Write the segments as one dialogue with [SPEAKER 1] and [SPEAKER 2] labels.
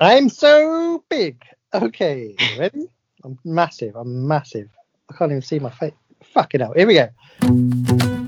[SPEAKER 1] I'm so big. Okay, ready? I'm massive. I'm massive. I can't even see my face. Fucking hell. Here we go.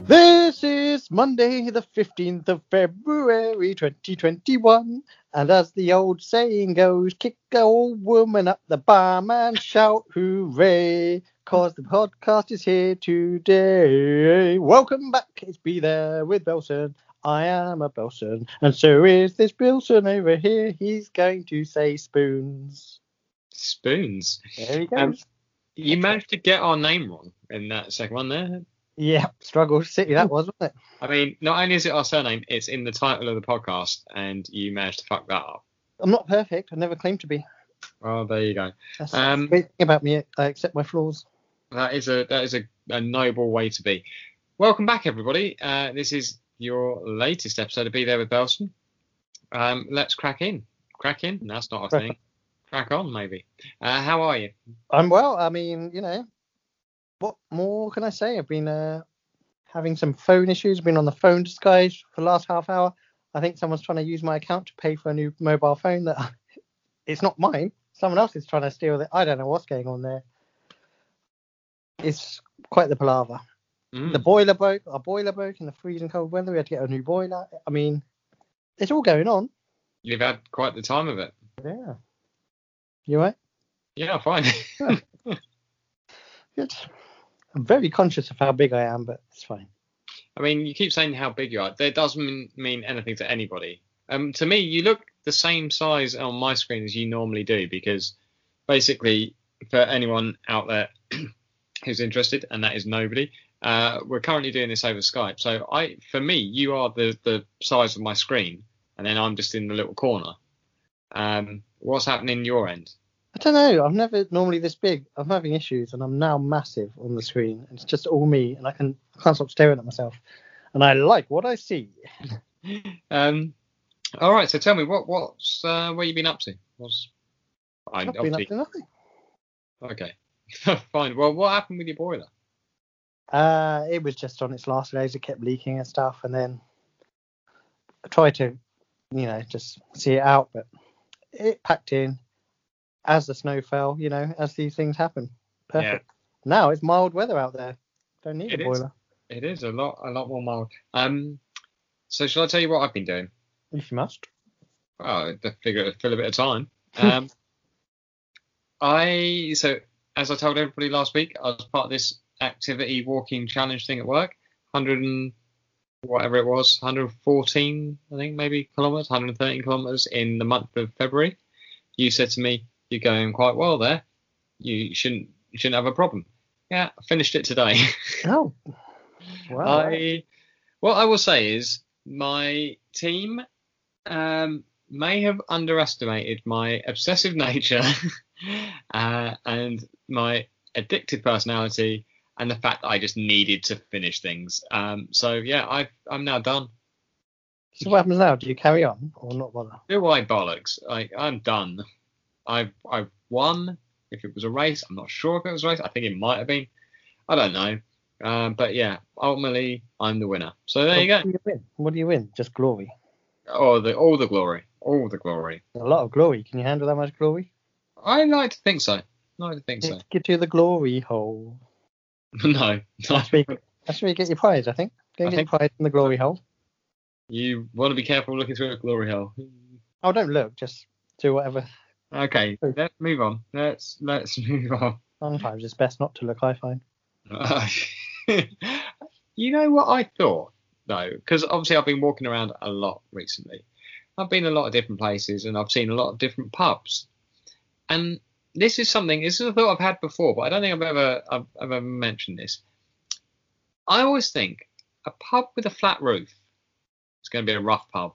[SPEAKER 1] This is Monday, the 15th of February, 2021. And as the old saying goes, kick the old woman up the bum and shout hooray, cause the podcast is here today. Welcome back, it's Be There with Belson. I am a Belson, and so is this Bilson over here. He's going to say spoons.
[SPEAKER 2] Spoons.
[SPEAKER 1] There he goes.
[SPEAKER 2] Um, You managed to get our name wrong in that second one there.
[SPEAKER 1] yeah, struggle city that was, wasn't it?
[SPEAKER 2] I mean, not only is it our surname, it's in the title of the podcast, and you managed to fuck that up.
[SPEAKER 1] I'm not perfect. I never claimed to be.
[SPEAKER 2] Oh, there you go.
[SPEAKER 1] That's
[SPEAKER 2] Um,
[SPEAKER 1] the great thing about me. I accept my flaws.
[SPEAKER 2] That is a that is a, a noble way to be. Welcome back, everybody. Uh, this is your latest episode of Be There with Belson. Um, let's crack in. Crack in? That's not a
[SPEAKER 1] Crack
[SPEAKER 2] thing. Crack on, maybe. Uh, how are you?
[SPEAKER 1] I'm well. I mean, you know, what more can I say? I've been uh, having some phone issues. Been on the phone to Sky for the last half hour. I think someone's trying to use my account to pay for a new mobile phone. That it's not mine. Someone else is trying to steal it. I don't know what's going on there. It's quite the palaver.
[SPEAKER 2] Mm.
[SPEAKER 1] The boiler broke. Our boiler broke in the freezing cold weather. We had to get a new boiler. I mean, it's all going on.
[SPEAKER 2] You've had quite the time of it.
[SPEAKER 1] Yeah. You all right?
[SPEAKER 2] Yeah, fine.
[SPEAKER 1] Good. I'm very conscious of how big I am, but it's fine.
[SPEAKER 2] I mean, you keep saying how big you are. That doesn't mean, mean anything to anybody. Um, to me, you look the same size on my screen as you normally do because basically, for anyone out there who's interested, and that is nobody, uh, we're currently doing this over Skype. So I, for me, you are the, the size of my screen, and then I'm just in the little corner. Um, what's happening your end?
[SPEAKER 1] I don't know. I'm never normally this big. I'm having issues, and I'm now massive on the screen. It's just all me, and I can I can't stop staring at myself. And I like what I see.
[SPEAKER 2] Um, all right, so tell me what what's uh, what you been up to? What's I,
[SPEAKER 1] I've been up
[SPEAKER 2] obviously-
[SPEAKER 1] to nothing.
[SPEAKER 2] Okay. Fine. Well, what happened with your boiler?
[SPEAKER 1] Uh, it was just on its last legs. It kept leaking and stuff, and then I tried to, you know, just see it out, but it packed in as the snow fell. You know, as these things happen. Perfect. Now it's mild weather out there. Don't need
[SPEAKER 2] It
[SPEAKER 1] a
[SPEAKER 2] is.
[SPEAKER 1] boiler.
[SPEAKER 2] It is a lot, a lot more mild. Um, so shall I tell you what I've been doing?
[SPEAKER 1] If you must.
[SPEAKER 2] Well, I figure it'll fill a bit of time. Um, I so as I told everybody last week, I was part of this activity walking challenge thing at work. 100 and whatever it was, 114, I think maybe kilometers, 113 kilometers in the month of February. You said to me, "You're going quite well there. You shouldn't you shouldn't have a problem." Yeah, I finished it today.
[SPEAKER 1] Oh. Wow.
[SPEAKER 2] I what I will say is my team um, may have underestimated my obsessive nature uh, and my addicted personality and the fact that I just needed to finish things. Um, so yeah, I I'm now done.
[SPEAKER 1] So what happens now? Do you carry on or not bother?
[SPEAKER 2] Do I bollocks? Like I'm done. I've I've won. If it was a race, I'm not sure if it was a race. I think it might have been. I don't know. Um, but yeah, ultimately I'm the winner. So there you go.
[SPEAKER 1] What do you win? What do you win? Just glory.
[SPEAKER 2] Oh, the all the glory, all the glory.
[SPEAKER 1] A lot of glory. Can you handle that much glory?
[SPEAKER 2] I like to think so. I like to think so.
[SPEAKER 1] Let's get to the glory hole.
[SPEAKER 2] no,
[SPEAKER 1] That's where you get, that's where you get your prize, I think. Go
[SPEAKER 2] I
[SPEAKER 1] get
[SPEAKER 2] think-
[SPEAKER 1] your prize in the glory hole.
[SPEAKER 2] you want to be careful looking through a glory hole.
[SPEAKER 1] Oh, don't look. Just do whatever.
[SPEAKER 2] Okay, let's move on. Let's let's move on.
[SPEAKER 1] Sometimes it's best not to look, I find.
[SPEAKER 2] you know what I thought though, because obviously I've been walking around a lot recently. I've been a lot of different places and I've seen a lot of different pubs. And this is something. This is a thought I've had before, but I don't think I've ever I've, I've ever mentioned this. I always think a pub with a flat roof is going to be a rough pub.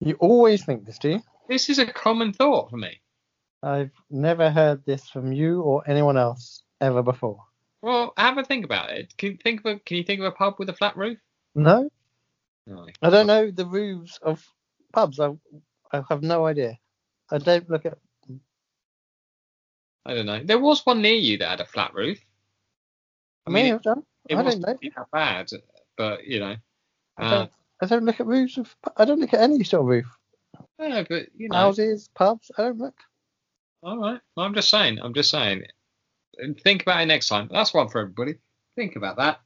[SPEAKER 1] You always think this, do you?
[SPEAKER 2] This is a common thought for me.
[SPEAKER 1] I've never heard this from you or anyone else ever before.
[SPEAKER 2] Well, have a think about it. Can you think of a, can you think of a pub with a flat roof?
[SPEAKER 1] No,
[SPEAKER 2] No.
[SPEAKER 1] I don't know the roofs of pubs. I, I have no idea. I don't look at.
[SPEAKER 2] I don't know. There was one near you that had a flat roof.
[SPEAKER 1] I mean,
[SPEAKER 2] it,
[SPEAKER 1] I've done.
[SPEAKER 2] it
[SPEAKER 1] I don't
[SPEAKER 2] wasn't
[SPEAKER 1] know.
[SPEAKER 2] that bad, but you know,
[SPEAKER 1] I
[SPEAKER 2] uh,
[SPEAKER 1] don't, I don't look at roofs of. pu- I don't look at any sort of roof.
[SPEAKER 2] I don't know, but you know,
[SPEAKER 1] Houses, pubs. I don't look.
[SPEAKER 2] all right. Well, I'm just saying. I'm just saying. Think about it next time. That's one for everybody. Think about that.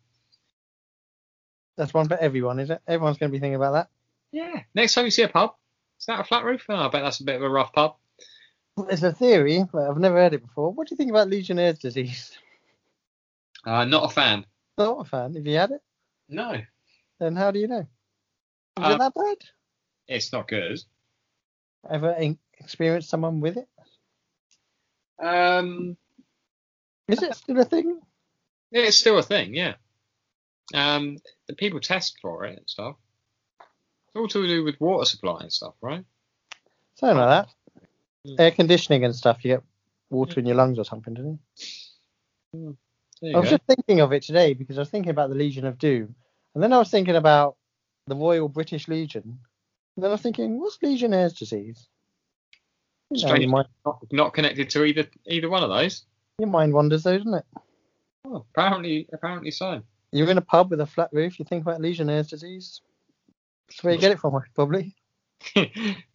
[SPEAKER 1] That's one for everyone, is it? Everyone's going to be thinking about that.
[SPEAKER 2] Yeah. Next time you see a pub, is that a flat roof? Oh, I bet that's a bit of a rough pub.
[SPEAKER 1] It's a theory, but I've never heard it before. What do you think about Legionnaire's disease?
[SPEAKER 2] Uh, not a fan.
[SPEAKER 1] Not a fan. If you had it,
[SPEAKER 2] No,
[SPEAKER 1] then how do you know? Is
[SPEAKER 2] Uh,
[SPEAKER 1] it that bad?
[SPEAKER 2] it's not good.
[SPEAKER 1] Ever in- experienced someone with it?
[SPEAKER 2] Um,
[SPEAKER 1] Is it still a thing?
[SPEAKER 2] it's still a thing. Yeah. Um, the people test for it and stuff. It's all to do with water supply and stuff, right?
[SPEAKER 1] Something like
[SPEAKER 2] Mm.
[SPEAKER 1] that. Air conditioning and stuff. You get water in your lungs or something, don't you?
[SPEAKER 2] There
[SPEAKER 1] I
[SPEAKER 2] you
[SPEAKER 1] was
[SPEAKER 2] go.
[SPEAKER 1] just thinking of it today because I was thinking about the Legion of Doom, and then I was thinking about the Royal British Legion. And then I was thinking, what's Legionnaire's disease? You, know,
[SPEAKER 2] Strange.
[SPEAKER 1] your, mind,
[SPEAKER 2] not, not connected to either either one of those.
[SPEAKER 1] your mind wanders, though, doesn't it?
[SPEAKER 2] Oh, apparently, apparently so.
[SPEAKER 1] You're in a pub with a flat roof. You think about Legionnaire's disease. That's where you get it from, probably.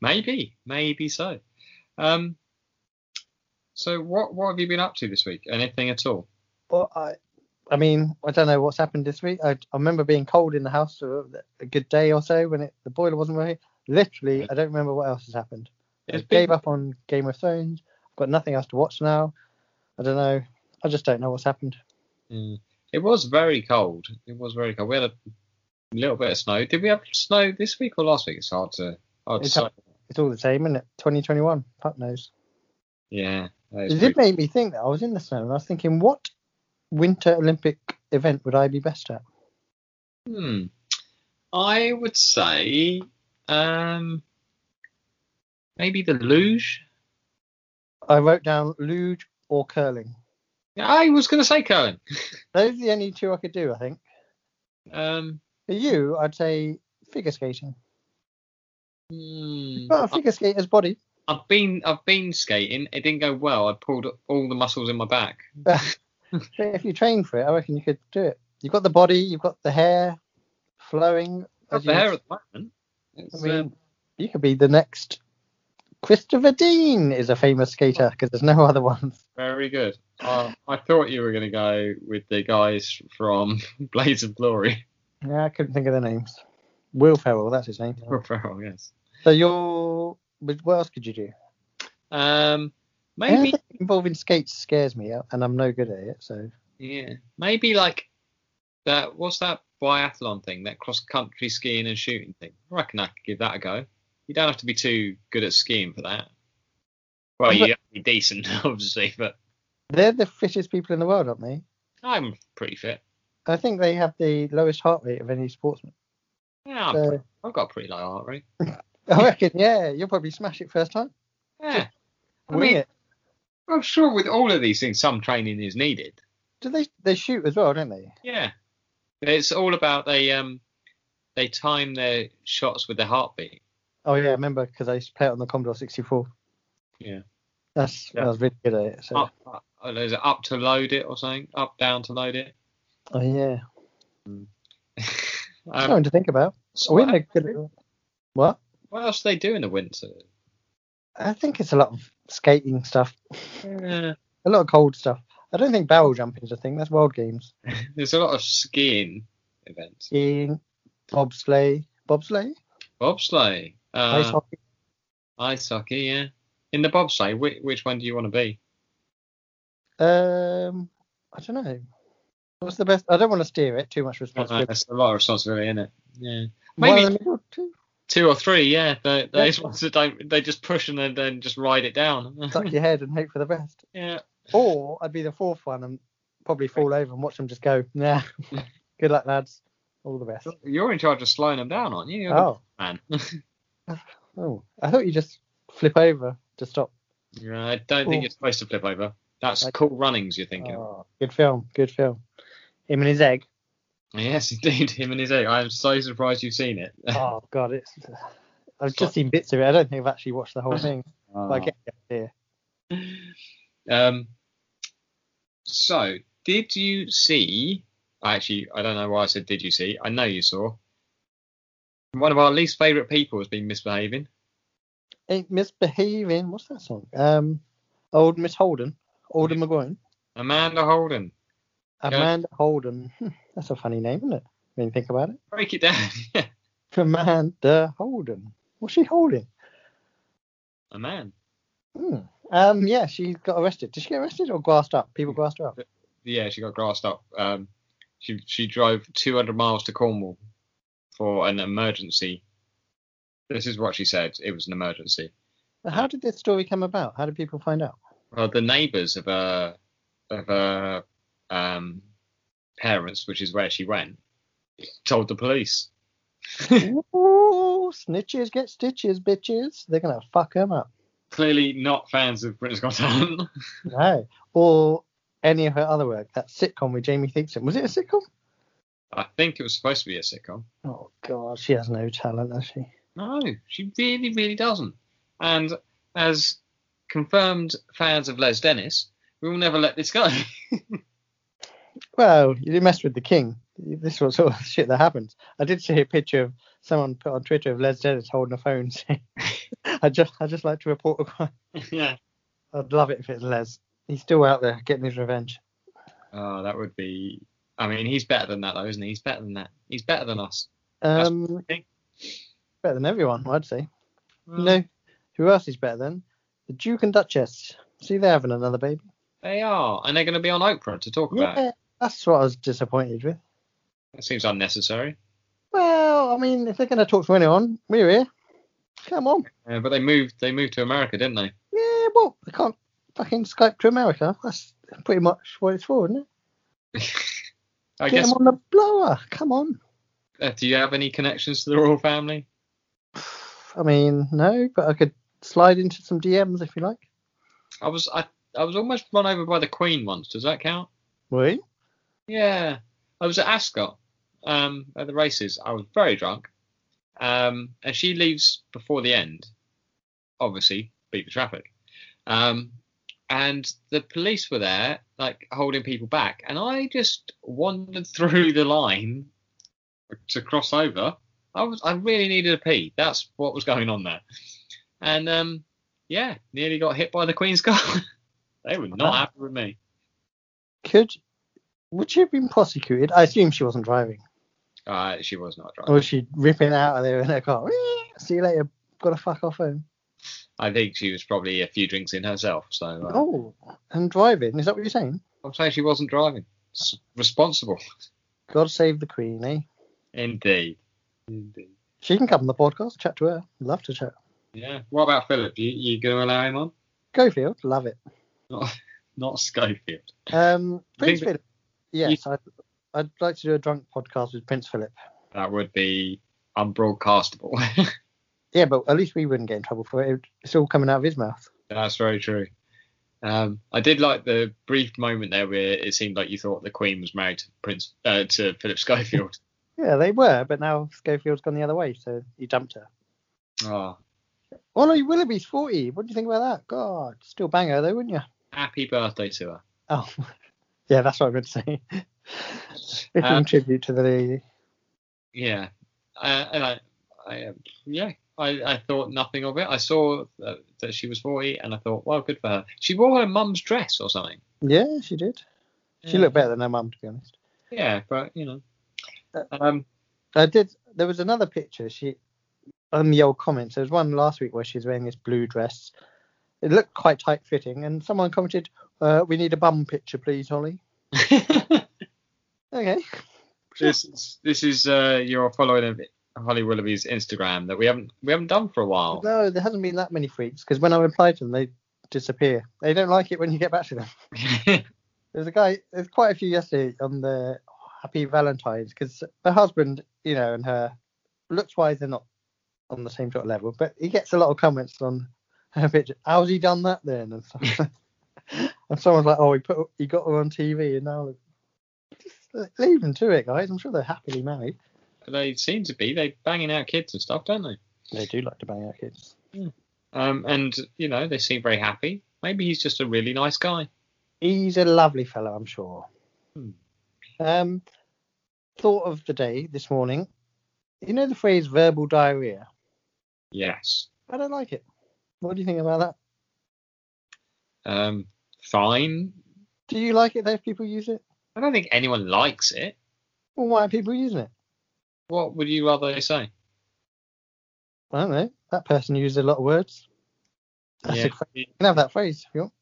[SPEAKER 2] maybe, maybe so. Um, so what what have you been up to this week? Anything at all?
[SPEAKER 1] But I, I mean, I don't know what's happened this week. I, I remember being cold in the house for a good day or so when it, the boiler wasn't working. Literally, I don't remember what else has happened. I
[SPEAKER 2] It's
[SPEAKER 1] gave
[SPEAKER 2] been-
[SPEAKER 1] up on Game of Thrones. I've got nothing else to watch now. I don't know. I just don't know what's happened.
[SPEAKER 2] Mm. It was very cold. It was very cold. We had a little bit of snow. Did we have snow this week or last week? It's hard to. Hard to
[SPEAKER 1] It's
[SPEAKER 2] say.
[SPEAKER 1] hard. It's all the same, isn't it? 2021. Fuck knows.
[SPEAKER 2] Yeah. that is
[SPEAKER 1] It
[SPEAKER 2] pretty-
[SPEAKER 1] did make me think that I was in the snow and I was thinking, what Winter Olympic event would I be best at?
[SPEAKER 2] Hmm. I would say um, maybe the luge.
[SPEAKER 1] I wrote down luge or curling.
[SPEAKER 2] I was going to say Cohen.
[SPEAKER 1] Those are the only two I could do, I think.
[SPEAKER 2] Um,
[SPEAKER 1] For you, I'd say figure skating.
[SPEAKER 2] hmm.
[SPEAKER 1] Well, a figure skater's body.
[SPEAKER 2] I've been I've been skating. It didn't go well. I pulled all the muscles in my back.
[SPEAKER 1] if you train for it, I reckon you could do it. You've got the body, you've got the hair flowing.
[SPEAKER 2] Got
[SPEAKER 1] as
[SPEAKER 2] the
[SPEAKER 1] you-
[SPEAKER 2] hair at the moment. It's,
[SPEAKER 1] I mean,
[SPEAKER 2] um,
[SPEAKER 1] you could be the next. Christopher Dean is a famous skater because there's no other ones.
[SPEAKER 2] very good. Uh, I thought you were going to go with the guys from Blades of Glory.
[SPEAKER 1] Yeah, I couldn't think of their names. Will Ferrell, that's his name.
[SPEAKER 2] Will Ferrell, yes.
[SPEAKER 1] So you're. but What else could you do?
[SPEAKER 2] Um, maybe
[SPEAKER 1] Anything involving skates scares me, uh, and I'm no good at it. So
[SPEAKER 2] yeah, maybe like that. What's that biathlon thing? That cross country skiing and shooting thing. I reckon I could give that a go. You don't have to be too good at skiing for that. Well,
[SPEAKER 1] But-
[SPEAKER 2] you have to be decent, obviously, but
[SPEAKER 1] they're the fittest people in the world, aren't they?
[SPEAKER 2] I'm pretty fit.
[SPEAKER 1] I think they have the lowest heart rate of any sportsman.
[SPEAKER 2] Yeah, I'm
[SPEAKER 1] So-
[SPEAKER 2] pretty, I've got a pretty low heart rate.
[SPEAKER 1] I reckon, yeah, you'll probably smash it first time.
[SPEAKER 2] Yeah, I
[SPEAKER 1] Wing
[SPEAKER 2] mean-
[SPEAKER 1] it.
[SPEAKER 2] I'm sure with all of these things, some training is needed.
[SPEAKER 1] Do they they shoot as well, don't they?
[SPEAKER 2] Yeah, it's all about they um they time their shots with their heartbeat.
[SPEAKER 1] Oh yeah, I remember because I used to play it on the Commodore 64.
[SPEAKER 2] Yeah.
[SPEAKER 1] That's
[SPEAKER 2] Yeah.
[SPEAKER 1] I was really good at it. So.
[SPEAKER 2] Up, up, oh, is it up to load it or something? Up down to load it.
[SPEAKER 1] Oh yeah, Mm.
[SPEAKER 2] Um,
[SPEAKER 1] something to think about.
[SPEAKER 2] so
[SPEAKER 1] Are we in
[SPEAKER 2] what,
[SPEAKER 1] a good? What?
[SPEAKER 2] what else do they do in the winter?
[SPEAKER 1] I think it's a lot of skating stuff,
[SPEAKER 2] Yeah.
[SPEAKER 1] a lot of cold stuff. I don't think barrel jumping is a thing. That's World Games.
[SPEAKER 2] There's a lot of skiing events.
[SPEAKER 1] Skiing, bobsleigh, bobsleigh,
[SPEAKER 2] Bobsleigh,
[SPEAKER 1] ice
[SPEAKER 2] uh,
[SPEAKER 1] hockey.
[SPEAKER 2] ice hockey, yeah. In the bobsleigh, which, which one do you want to be?
[SPEAKER 1] Um, I don't know. What's the best? I don't want to steer it too much responsibility.
[SPEAKER 2] Uh, That's a lot of responsibility, isn't it? Yeah.
[SPEAKER 1] One
[SPEAKER 2] Maybe
[SPEAKER 1] in the middle, two.
[SPEAKER 2] Two or three, yeah. They,
[SPEAKER 1] Yeah.
[SPEAKER 2] those ones that don't, they just push and then, then just ride it down.
[SPEAKER 1] Duck your head and hope for the best.
[SPEAKER 2] yeah.
[SPEAKER 1] Or I'd be the fourth one and probably fall over and watch them just go, nah, good luck, lads. All the best.
[SPEAKER 2] You're in charge of slowing them down, aren't you? You're the
[SPEAKER 1] Oh,
[SPEAKER 2] man.
[SPEAKER 1] oh, I thought you just flip over to stop.
[SPEAKER 2] Yeah, I don't think
[SPEAKER 1] Cool.
[SPEAKER 2] you're supposed to flip over. That's
[SPEAKER 1] Like-
[SPEAKER 2] cool runnings. You're thinking.
[SPEAKER 1] Oh, good film. Good film. Him and his egg.
[SPEAKER 2] Yes, indeed. Him and his egg. I am so surprised you've seen it.
[SPEAKER 1] Oh God, it's. I've
[SPEAKER 2] It's
[SPEAKER 1] just
[SPEAKER 2] like-
[SPEAKER 1] seen bits of it. I don't think I've actually watched the whole thing. But
[SPEAKER 2] Oh.
[SPEAKER 1] I get the idea.
[SPEAKER 2] Um, so, did you see? I Actually, I don't know why I said did you see. I know you saw. One of our least favourite people has been misbehaving.
[SPEAKER 1] Ain't misbehaving. What's that song? Um, old Miss Holden, Alden McGuinn,
[SPEAKER 2] Amanda Holden. Yeah.
[SPEAKER 1] Amanda Holden. Hmm, That's a funny name, isn't it? When you think about it,
[SPEAKER 2] Break it down.
[SPEAKER 1] Amanda Holden. What's she holding?
[SPEAKER 2] A man.
[SPEAKER 1] Hmm. Um, yeah, she got arrested. Did she get arrested or grassed up? People grassed her up.
[SPEAKER 2] Yeah, she got grassed up. Um, she she drove 200 miles to Cornwall for an emergency. This is what she said. It was an emergency.
[SPEAKER 1] But how did this story come about? How did people find out?
[SPEAKER 2] Well, the neighbours of her of her um, parents, which is where she went, told the police.
[SPEAKER 1] Ooh, snitches get stitches, bitches. They're gonna fuck them up.
[SPEAKER 2] Clearly not fans of Britain's Got Talent.
[SPEAKER 1] No. Or any of her other work. That sitcom with Jamie Thigpen. Was it a sitcom?
[SPEAKER 2] I think it was supposed to be a sitcom.
[SPEAKER 1] Oh god, she has no talent, has she?
[SPEAKER 2] No, she really, really doesn't. And as confirmed fans of Les Dennis, we will never let this go.
[SPEAKER 1] Well, you messed with the king. This was sort of shit that happens. I did see a picture of someone put on Twitter of Les Dennis holding a phone saying, "I just, I just like to report a crime."
[SPEAKER 2] yeah.
[SPEAKER 1] I'd love it if it's Les. He's still out there getting his revenge.
[SPEAKER 2] Oh, that would be. I mean, he's better than that, though, isn't he? He's better than that. He's better than us.
[SPEAKER 1] Um,
[SPEAKER 2] thing.
[SPEAKER 1] better than everyone, I'd say.
[SPEAKER 2] Mm.
[SPEAKER 1] No, who else is better than the Duke and Duchess? See, they're having another baby.
[SPEAKER 2] They are, and they're going to be on Oprah to talk about it.
[SPEAKER 1] Yeah, that's what I was disappointed with.
[SPEAKER 2] That seems unnecessary.
[SPEAKER 1] Well, I mean, if they're going to talk to anyone, we're here. Come on.
[SPEAKER 2] Uh, but they moved. They moved to America, didn't they?
[SPEAKER 1] Yeah, well, I can't fucking Skype to America. That's pretty much what it's for, isn't it?
[SPEAKER 2] I
[SPEAKER 1] Get
[SPEAKER 2] guess.
[SPEAKER 1] them on the blower. Come on.
[SPEAKER 2] Uh, do you have any connections to the royal family?
[SPEAKER 1] I mean, no, but I could slide into some DMs if you like.
[SPEAKER 2] I was. I. I was almost run over by the Queen once. Does that count?
[SPEAKER 1] Wait.
[SPEAKER 2] Yeah. I was at Ascot, um, at the races. I was very drunk, um, and she leaves before the end. Obviously, beat the traffic. Um, and the police were there, like holding people back, and I just wandered through the line to cross over. I was. I really needed a pee. That's what was going on there. And um, yeah, nearly got hit by the Queen's car. they were not happy with me.
[SPEAKER 1] Could. Would she have been prosecuted? I assume she wasn't driving.
[SPEAKER 2] Uh, she was not driving.
[SPEAKER 1] Or was she ripping out of there in her car? See you later. Gotta fuck off home.
[SPEAKER 2] I think she was probably a few drinks in herself. So uh,
[SPEAKER 1] Oh, and driving. Is that what you're saying?
[SPEAKER 2] I'm saying she wasn't driving. S- responsible.
[SPEAKER 1] God save the Queen, eh?
[SPEAKER 2] Indeed. Indeed.
[SPEAKER 1] She can come on the podcast, chat to her. Love to chat.
[SPEAKER 2] Yeah. What about Philip? You, you going to allow him on?
[SPEAKER 1] Gofield, love it.
[SPEAKER 2] Not Schofield.
[SPEAKER 1] Um, Prince
[SPEAKER 2] Think-
[SPEAKER 1] Philip. Yes, I'd, I'd like to do a drunk podcast with Prince Philip.
[SPEAKER 2] That would be unbroadcastable.
[SPEAKER 1] Yeah, but at least we wouldn't get in trouble for it. It's all coming out of his mouth.
[SPEAKER 2] That's very true. Um, I did like the brief moment there where it seemed like you thought the Queen was married to Prince uh, to Philip Schofield.
[SPEAKER 1] Yeah, they were, but now Schofield's gone the other way, so he dumped her.
[SPEAKER 2] oh,
[SPEAKER 1] Oh no, Willoughby's 40. What do you think about that? God, still bang her though, wouldn't you?
[SPEAKER 2] happy birthday to her.
[SPEAKER 1] Oh, yeah, that's what I meant to say. It's
[SPEAKER 2] Um,
[SPEAKER 1] in tribute to the lady.
[SPEAKER 2] yeah, uh, and I, I um, yeah, I, I thought nothing of it. I saw uh, that she was 40, and I thought, well, good for her. She wore her mum's dress or something.
[SPEAKER 1] Yeah, she did. She
[SPEAKER 2] Yeah.
[SPEAKER 1] looked better than her mum, to be honest.
[SPEAKER 2] Yeah, but you know,
[SPEAKER 1] Uh,
[SPEAKER 2] um,
[SPEAKER 1] I did. There was another picture. She on the old comments. There was one last week where she was wearing this blue dress. It looked quite tight fitting, and someone commented, uh, "We need a bum picture, please, Holly." Okay.
[SPEAKER 2] this is this is uh, your following of Holly Willoughby's Instagram that we haven't we haven't done for a while.
[SPEAKER 1] No, there hasn't been that many freaks because when I reply to them, they disappear. They don't like it when you get back to them. There's a guy. There's quite a few yesterday on the Happy Valentine's because her husband, you know, and her looks wise they're not on the same sort of level, but he gets a lot of comments on her picture. How's he done that then? And stuff. and someone's like, "Oh, he put he got her on TV," and now just leave them to it, guys. I'm sure they're happily married.
[SPEAKER 2] They seem to be. They banging out kids and stuff, don't they?
[SPEAKER 1] They do like to bang out kids.
[SPEAKER 2] Um, and you know they seem very happy. Maybe he's just a really nice guy.
[SPEAKER 1] He's a lovely fellow, I'm sure.
[SPEAKER 2] Hmm.
[SPEAKER 1] Um, thought of the day this morning. You know the phrase verbal diarrhea.
[SPEAKER 2] Yes.
[SPEAKER 1] I don't like it. What do you think about that?
[SPEAKER 2] Um, fine.
[SPEAKER 1] Do you like it? Those people use it.
[SPEAKER 2] I don't think anyone likes it.
[SPEAKER 1] Well, why are people using it?
[SPEAKER 2] What would you rather they say?
[SPEAKER 1] I don't know. That person used a lot of words. That's a,
[SPEAKER 2] yeah,
[SPEAKER 1] you can have that phrase if you want.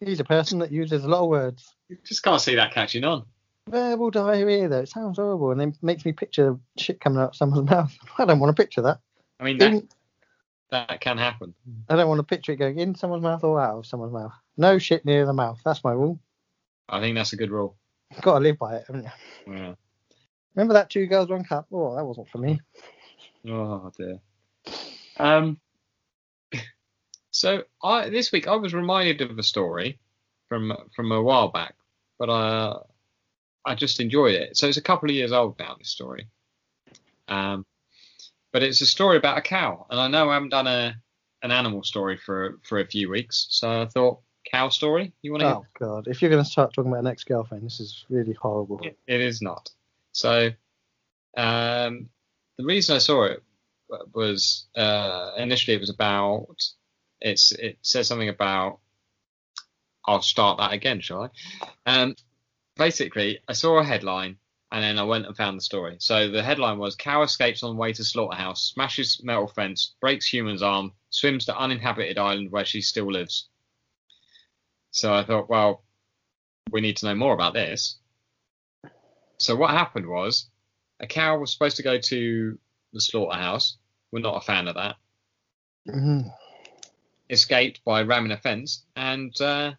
[SPEAKER 1] He's a person that uses a lot of words.
[SPEAKER 2] you just can't see that catching on.
[SPEAKER 1] Verbal diarrhea, though, it sounds horrible, and it makes me picture shit coming out of someone's mouth. I don't want to picture that.
[SPEAKER 2] I mean, that,
[SPEAKER 1] In-
[SPEAKER 2] that can happen.
[SPEAKER 1] I don't want to picture it going in someone's mouth or out of someone's mouth. No shit near the mouth. That's my rule.
[SPEAKER 2] I think that's a good rule.
[SPEAKER 1] Got to live by it, haven't you?
[SPEAKER 2] Yeah.
[SPEAKER 1] Remember that two girls, one cup? Oh, that wasn't for me.
[SPEAKER 2] Oh dear. Um. So I this week I was reminded of a story from from a while back, but uh, I just enjoyed it. So it's a couple of years old now. This story. Um, but it's a story about a cow, and I know I haven't done a an animal story for for a few weeks, so I thought cow story. You want to?
[SPEAKER 1] Oh, God. If you're going to start talking about an ex girlfriend, this is really horrible.
[SPEAKER 2] It, it is not. So, um, the reason I saw it w- was uh, initially it was about it's it says something about I'll start that again, shall I? Um, basically, I saw a headline and then I went and found the story. So the headline was cow escapes on way to slaughterhouse, smashes metal fence, breaks human's arm, swims to uninhabited island where she still lives. So I thought, well, we need to know more about this. So what happened was a cow was supposed to go to the slaughterhouse. We're not a fan of that.
[SPEAKER 1] Mhm.
[SPEAKER 2] Escaped by ramming a fence and uh,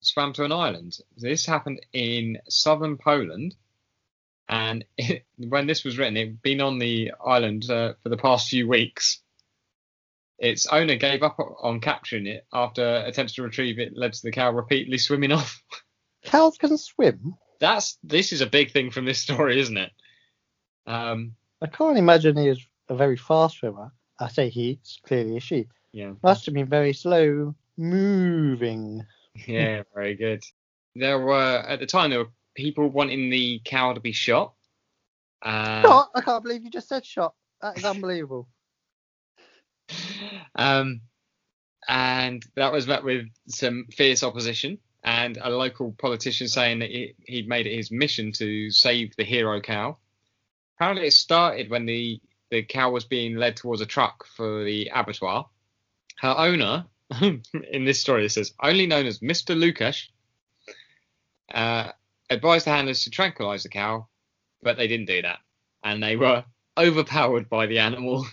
[SPEAKER 2] swam to an island. This happened in southern Poland, and it, when this was written, it'd been on the island uh, for the past few weeks. Its owner gave up on capturing it after attempts to retrieve it led to the cow repeatedly swimming off.
[SPEAKER 1] Cows can swim.
[SPEAKER 2] That's this is a big thing from this story, isn't it? Um,
[SPEAKER 1] I can't imagine he is a very fast swimmer. I say he, it's clearly a she.
[SPEAKER 2] yeah.
[SPEAKER 1] Must have been very slow moving.
[SPEAKER 2] Yeah, very good. There were at the time there were people wanting the cow to be shot. Uh,
[SPEAKER 1] shot! I can't believe you just said shot. That is unbelievable.
[SPEAKER 2] Um, and that was met with some fierce opposition and a local politician saying that he, he'd made it his mission to save the hero cow. Apparently, it started when the, the cow was being led towards a truck for the abattoir. Her owner, in this story, it says, only known as Mr. Lukash, uh, advised the handlers to tranquilize the cow, but they didn't do that. And they were overpowered by the animal.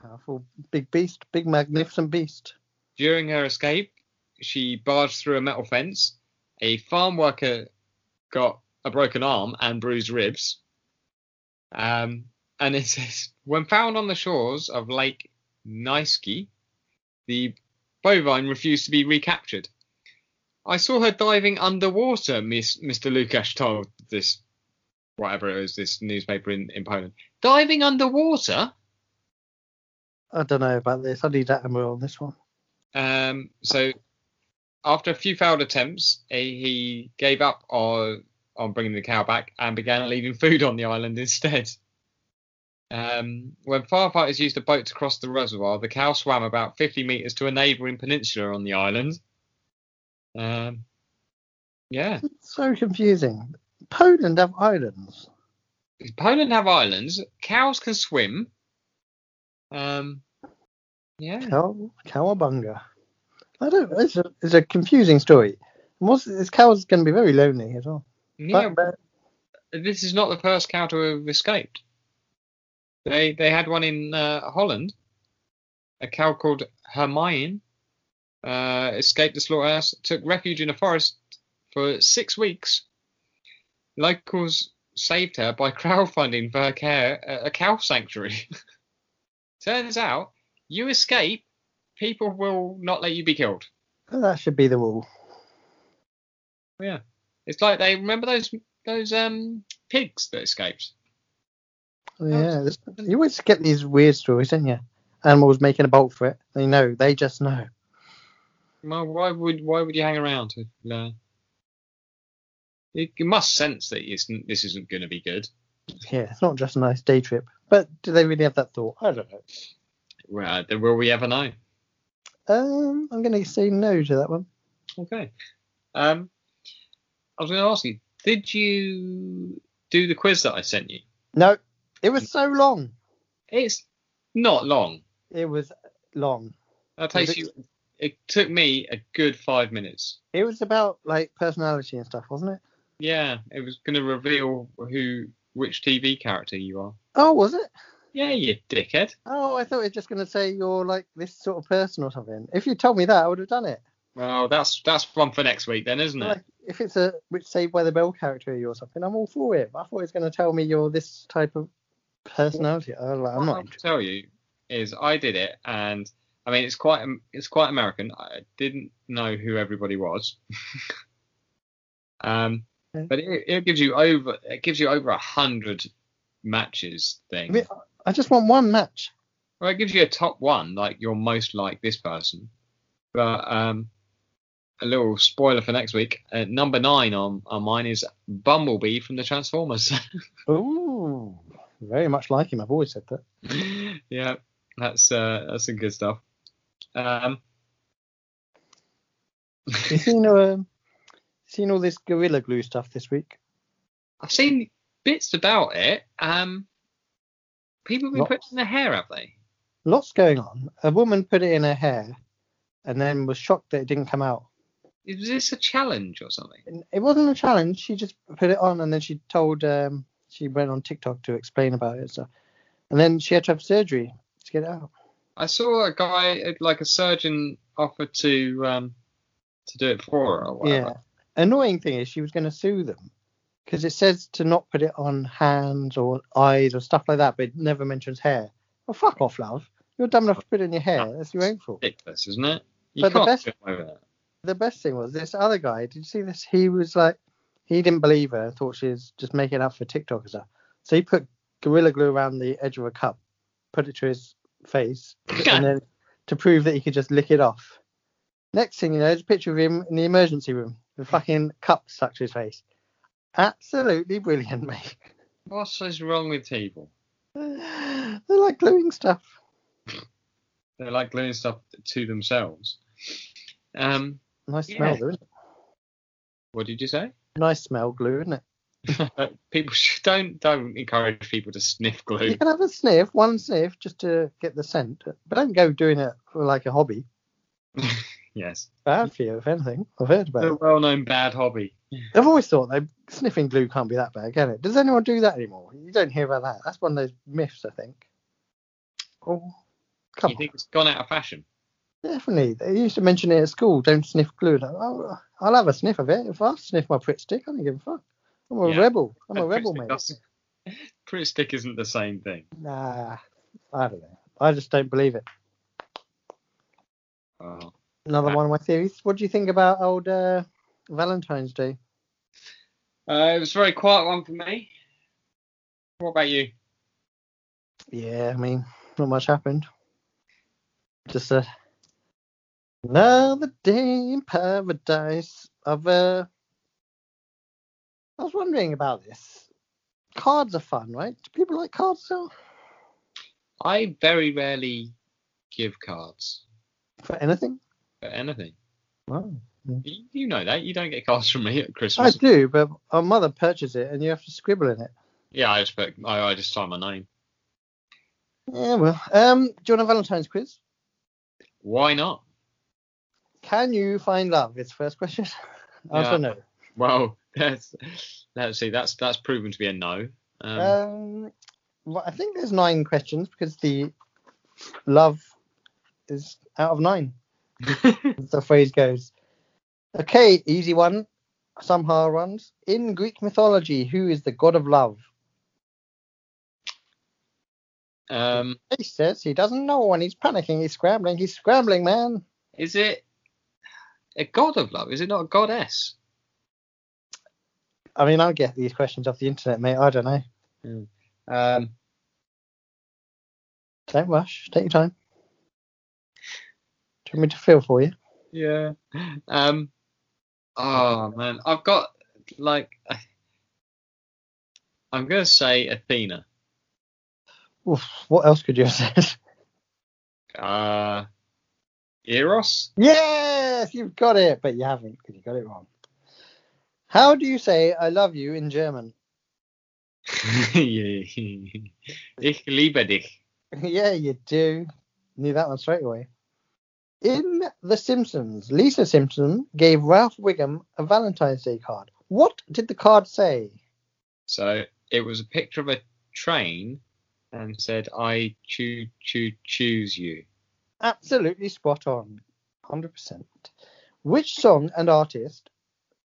[SPEAKER 1] Powerful big beast, big magnificent beast.
[SPEAKER 2] During her escape, she barged through a metal fence. A farm worker got a broken arm and bruised ribs. Um, and it says, when found on the shores of Lake Naiski, the bovine refused to be recaptured. I saw her diving underwater, Miss, Mr. Lukash told this, whatever it was, this newspaper in, in Poland. Diving underwater?
[SPEAKER 1] I don't know about this. I need Attenborough on this one.
[SPEAKER 2] Um, so after a few failed attempts, he, he gave up on on bringing the cow back and began leaving food on the island instead. Um, when firefighters used a boat to cross the reservoir, the cow swam about 50 metres to a neighbouring peninsula on the island. Um, yeah.
[SPEAKER 1] It's so confusing. Poland have islands.
[SPEAKER 2] Poland have islands. Cows can swim. Um, yeah.
[SPEAKER 1] Cow, cowabunga. I don't. It's a, it's a confusing story. And what's, this cow's going to be very lonely as well.
[SPEAKER 2] yeah.
[SPEAKER 1] But- but
[SPEAKER 2] this is not the first cow to have escaped. They they had one in uh, Holland. A cow called Hermione uh, escaped the slaughterhouse, took refuge in a forest for six weeks. Locals saved her by crowdfunding for her care at a cow sanctuary. Turns out, you escape, people will not let you be killed.
[SPEAKER 1] that should be the rule.
[SPEAKER 2] yeah. It's like they remember those those um pigs that escaped.
[SPEAKER 1] Oh, yeah, this- you always get these weird stories, don't you? Animals making a bolt for it. They know. They just know.
[SPEAKER 2] Well, why would why would you hang around to learn? You, you must sense that it's, n- this isn't going to be good.
[SPEAKER 1] Yeah, it's not just a nice day trip. But do they really have that thought? I don't know.
[SPEAKER 2] Right, uh, then will we ever know?
[SPEAKER 1] Um, I'm going to say no to that one.
[SPEAKER 2] Okay. Um, I was going to ask you, did you do the quiz that I sent you?
[SPEAKER 1] No, it was so long.
[SPEAKER 2] It's not long.
[SPEAKER 1] It was long.
[SPEAKER 2] That takes you. It took me a good five minutes.
[SPEAKER 1] It was about like personality and stuff, wasn't it?
[SPEAKER 2] Yeah, it was going to reveal who, which TV character you are.
[SPEAKER 1] Oh, was it?
[SPEAKER 2] Yeah, you dickhead.
[SPEAKER 1] Oh, I thought it was just going to say you're like this sort of person or something. If you told me that, I would have done it.
[SPEAKER 2] Well, that's that's one for next week then, isn't it?
[SPEAKER 1] Like, if it's a which Saved by the Bell character you're something, I'm all for it. But I thought it was going to tell me you're this type of personality. I was like, I'm
[SPEAKER 2] What
[SPEAKER 1] not.
[SPEAKER 2] I
[SPEAKER 1] interested.
[SPEAKER 2] can tell you is I did it, and I mean it's quite it's quite American. I didn't know who everybody was, um,
[SPEAKER 1] Okay.
[SPEAKER 2] but it, it gives you over it gives you over a hundred matches
[SPEAKER 1] I,
[SPEAKER 2] thing.
[SPEAKER 1] mean, uh I just want one match.
[SPEAKER 2] Well, it gives you a top one, like you're most like this person. But um, a little spoiler for next week. Uh, number nine on, on mine is Bumblebee from the Transformers.
[SPEAKER 1] Ooh, very much like him. I've always said that.
[SPEAKER 2] yeah, that's uh, that's some good stuff. Um,
[SPEAKER 1] You seen um, seen all this gorilla glue stuff this week?
[SPEAKER 2] I've seen bits about it. Um, people have been
[SPEAKER 1] Lots.
[SPEAKER 2] putting their hair, have they?
[SPEAKER 1] Lots going on. A woman put it in her hair, and then was shocked that it didn't come out.
[SPEAKER 2] Is this a challenge or something?
[SPEAKER 1] And It wasn't a challenge. She just put it on, and then she told um, she went on TikTok to explain about it. So, and then she had to have surgery to get it out.
[SPEAKER 2] I saw a guy, like a surgeon, offer to um, to do it for her or whatever.
[SPEAKER 1] Yeah. Annoying thing is she was going to sue them because it says to not put it on hands or eyes or stuff like that, but it never mentions hair. Well, fuck off, love. You're dumb enough to put it in your hair. That's your own fault.
[SPEAKER 2] ridiculous, isn't it? You
[SPEAKER 1] But the
[SPEAKER 2] can't
[SPEAKER 1] best-
[SPEAKER 2] get away with that.
[SPEAKER 1] The best thing was this other guy. Did you see this? He was like, he didn't believe her. Thought she was just making up for TikTok and stuff. So he put gorilla glue around the edge of a cup, put it to his face, and then to prove that he could just lick it off. Next thing you know, there's a picture of him in the emergency room. The fucking cup stuck to his face. Absolutely brilliant, mate.
[SPEAKER 2] What is wrong with people?
[SPEAKER 1] They're like gluing stuff.
[SPEAKER 2] They're like gluing stuff to themselves. Um,
[SPEAKER 1] Nice
[SPEAKER 2] Yeah.
[SPEAKER 1] smell, though, isn't
[SPEAKER 2] what did you say?
[SPEAKER 1] it? Nice smell, glue, isn't it?
[SPEAKER 2] people should, don't don't encourage people to sniff glue.
[SPEAKER 1] You can have a sniff, one sniff, just to get the scent, but don't go doing it for like a hobby.
[SPEAKER 2] yes,
[SPEAKER 1] Bad for you, if anything. I've heard about
[SPEAKER 2] it's a
[SPEAKER 1] it.
[SPEAKER 2] well-known bad hobby.
[SPEAKER 1] I've always thought though, sniffing glue can't be that bad, can it? Does anyone do that anymore? You don't hear about that. That's one of those myths, I think. Oh, come
[SPEAKER 2] you
[SPEAKER 1] on.
[SPEAKER 2] think it's gone out of fashion?
[SPEAKER 1] Definitely. They used to mention it at school. Don't sniff glue. And I- I'll, I'll have a sniff of it. If I sniff my Pritt stick, I don't give a fuck. I'm a
[SPEAKER 2] Yeah.
[SPEAKER 1] rebel. I'm a
[SPEAKER 2] Pretty
[SPEAKER 1] rebel,
[SPEAKER 2] stick
[SPEAKER 1] mate.
[SPEAKER 2] doesn't- Pretty stick isn't the same thing.
[SPEAKER 1] Nah, I don't know. I just don't believe it.
[SPEAKER 2] Oh.
[SPEAKER 1] Another
[SPEAKER 2] Ah.
[SPEAKER 1] one of my theories. What do you think about old uh, Valentine's Day?
[SPEAKER 2] Uh, it was a very quiet one for me. What about you?
[SPEAKER 1] Yeah, I mean, not much happened. Just a another day in paradise. I've uh, I was wondering about this. Cards are fun, right? Do people like cards still?
[SPEAKER 2] I very rarely give cards
[SPEAKER 1] For anything?
[SPEAKER 2] for anything.
[SPEAKER 1] Wow.
[SPEAKER 2] You you know that. You don't get cards from me at
[SPEAKER 1] I
[SPEAKER 2] Christmas.
[SPEAKER 1] do, but our mother purchased it and you have to scribble in it.
[SPEAKER 2] Yeah, I just put, I, I just sign my name.
[SPEAKER 1] Yeah, well. Um, do you want a Valentine's quiz?
[SPEAKER 2] Why not?
[SPEAKER 1] Can you find love? It's the first question. Answer
[SPEAKER 2] Yeah.
[SPEAKER 1] no.
[SPEAKER 2] Well, that's, let's see. That's that's proven to be a no. Um,
[SPEAKER 1] Um, well, I think there's nine questions because the love is out of nine. as the phrase goes. Okay, easy one. Some hard ones. In Greek mythology, who is the god of love?
[SPEAKER 2] um,
[SPEAKER 1] He says he doesn't know and he's panicking, he's scrambling, he's scrambling, man.
[SPEAKER 2] is it a god of love? Is it not a goddess?
[SPEAKER 1] I mean, I get these questions off the internet, mate. I don't know.
[SPEAKER 2] Um,
[SPEAKER 1] Don't rush. Take your time. Do you want me to feel for you?
[SPEAKER 2] yeah. Um. Oh man, I've got like. I'm gonna say Athena.
[SPEAKER 1] Oof, what else could you have said?
[SPEAKER 2] Uh, Eros.
[SPEAKER 1] yes, you've got it, but you haven't because you got it wrong. How do you say "I love you" in German?
[SPEAKER 2] ich liebe dich.
[SPEAKER 1] yeah, you do. Knew that one straight away. In The Simpsons, Lisa Simpson gave Ralph Wiggum a Valentine's Day card. What did the card say?
[SPEAKER 2] So it was a picture of a train and said, "I choo choo choose you."
[SPEAKER 1] Absolutely spot on. 100%. Which song and artist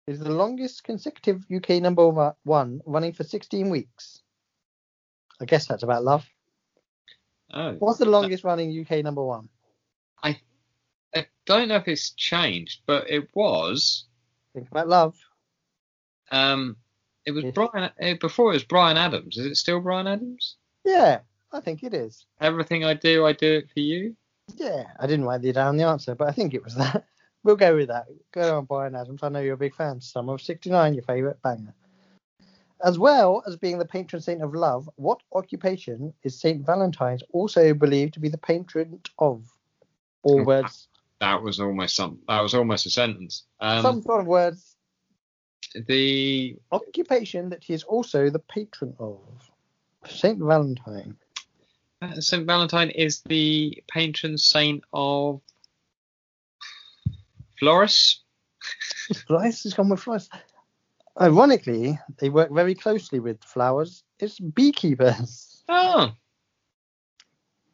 [SPEAKER 1] is the longest consecutive UK number wa- one running for 16 weeks? I guess that's about love.
[SPEAKER 2] Oh.
[SPEAKER 1] What's the longest running UK number one?
[SPEAKER 2] I don't know if it's changed, but it was.
[SPEAKER 1] Think about love.
[SPEAKER 2] Um, it was
[SPEAKER 1] Yeah.
[SPEAKER 2] Brian eh, before. It was Brian Adams. Is it still Brian Adams?
[SPEAKER 1] Yeah, I think it is.
[SPEAKER 2] Everything I do, I do it for you.
[SPEAKER 1] Yeah, I didn't write the down the answer, but I think it was that. We'll go with that. Go on, Brian Adams. I know you're a big fan. Summer of '69, your favourite banger. As well as being the patron saint of love, what occupation is Saint Valentine's also believed to be the patron of? All
[SPEAKER 2] Oh,
[SPEAKER 1] words,
[SPEAKER 2] That was almost some. That was almost a sentence. Um,
[SPEAKER 1] some sort of words,
[SPEAKER 2] the
[SPEAKER 1] occupation that he is also the patron of. Saint Valentine.
[SPEAKER 2] uh, Saint Valentine is the patron saint of florists.
[SPEAKER 1] Flies has gone with flies. Ironically, they work very closely with flowers. It's beekeepers.
[SPEAKER 2] Oh,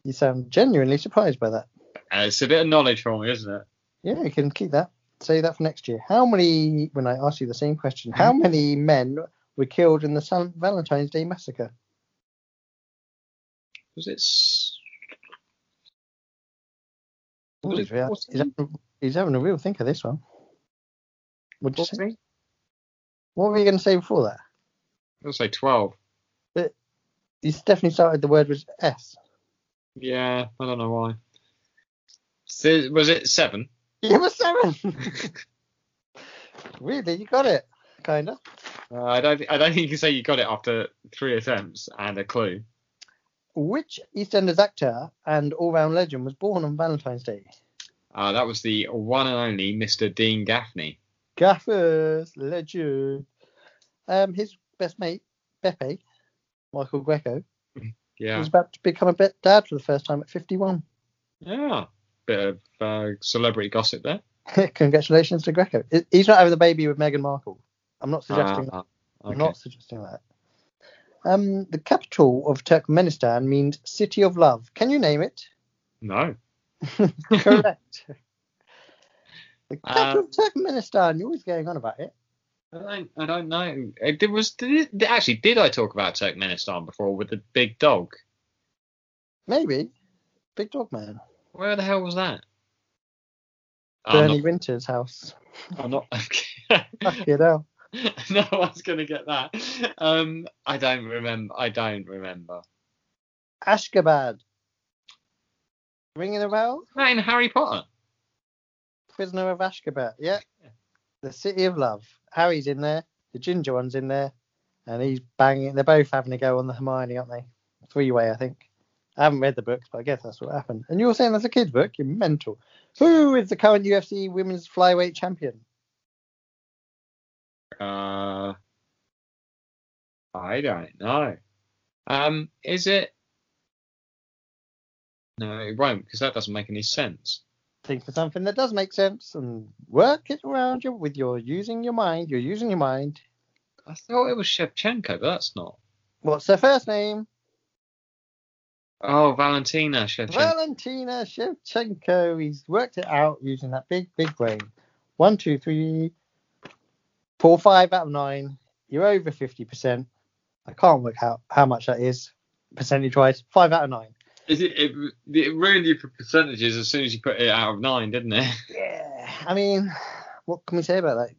[SPEAKER 1] You sound genuinely surprised by that.
[SPEAKER 2] uh, it's a bit of knowledge for me, isn't it?
[SPEAKER 1] Yeah, you can keep that. Say that for next year. How many, when I ask you the same question, how many men were killed in the San Valentine's Day massacre?
[SPEAKER 2] Was it? s-
[SPEAKER 1] Ooh,
[SPEAKER 2] Was
[SPEAKER 1] he's,
[SPEAKER 2] it
[SPEAKER 1] rea- he's
[SPEAKER 2] 14?
[SPEAKER 1] having, he's having a real think of this one. What'd you say?
[SPEAKER 2] 14?
[SPEAKER 1] What were you going to say before that?
[SPEAKER 2] I'll say twelve.
[SPEAKER 1] You definitely started the word with S.
[SPEAKER 2] Yeah, I don't know why. So, was it seven?
[SPEAKER 1] You were seven. really, you got it, kind of.
[SPEAKER 2] Uh, I don't. I don't think you can say you got it after three attempts and a clue.
[SPEAKER 1] Which EastEnders actor and all-round legend was born on Valentine's Day?
[SPEAKER 2] Uh, that was the one and only Mr. Dean Gaffney.
[SPEAKER 1] Gaffers, legend. Um, his best mate, Beppe, Michael Greco,
[SPEAKER 2] Yeah.
[SPEAKER 1] was about to become a bit dad for the first time at 51.
[SPEAKER 2] Yeah. Bit of uh, celebrity gossip there.
[SPEAKER 1] Congratulations to Greco. I- He's not having the baby with Meghan Markle. I'm not suggesting that.
[SPEAKER 2] Ah, ah,
[SPEAKER 1] I'm
[SPEAKER 2] okay.
[SPEAKER 1] not suggesting that. Um, the capital of Turkmenistan means city of love. Can you name it?
[SPEAKER 2] No.
[SPEAKER 1] Correct. the
[SPEAKER 2] Uh,
[SPEAKER 1] capital of Turkmenistan. You're always going on about it.
[SPEAKER 2] I don't, I don't know. Uh, Did, was, did, it- actually, did I talk about Turkmenistan before with the big dog?
[SPEAKER 1] Maybe. Big dog man.
[SPEAKER 2] Where the hell was that? I'm
[SPEAKER 1] Bernie
[SPEAKER 2] not.
[SPEAKER 1] Winter's house.
[SPEAKER 2] I'm not
[SPEAKER 1] Fuck you know.
[SPEAKER 2] no one's going to get that. Um, I don't remember. I don't remember.
[SPEAKER 1] Ashgabat. Ringing a bell?
[SPEAKER 2] Not in Harry Potter.
[SPEAKER 1] Prisoner of Ashgabat. Yeah. The City of Love. Harry's in there. The ginger one's in there. And he's banging. They're both having a go on the Hermione, aren't they? Three way, I think. I haven't read the books, but I guess that's what happened. And you were saying that's a kid's book? You're mental. Who is the current UFC women's flyweight champion?
[SPEAKER 2] Uh, I don't know. Um, is it? No, it won't because that doesn't make any sense.
[SPEAKER 1] Think for something that does make sense and work it around you with your using your mind. You're using your mind.
[SPEAKER 2] I thought it was Shevchenko, but that's not.
[SPEAKER 1] What's her first name?
[SPEAKER 2] Oh, Valentina Shevchenko.
[SPEAKER 1] Valentina Shevchenko. He's worked it out using that big, big brain. One, two, three, four, five out of nine. You're over 50%. I can't work out how much that is percentage wise. Five out of nine.
[SPEAKER 2] Is it, it, it ruined you for percentages as soon as you put it out of nine, didn't it?
[SPEAKER 1] Yeah. I mean, what can we say about that?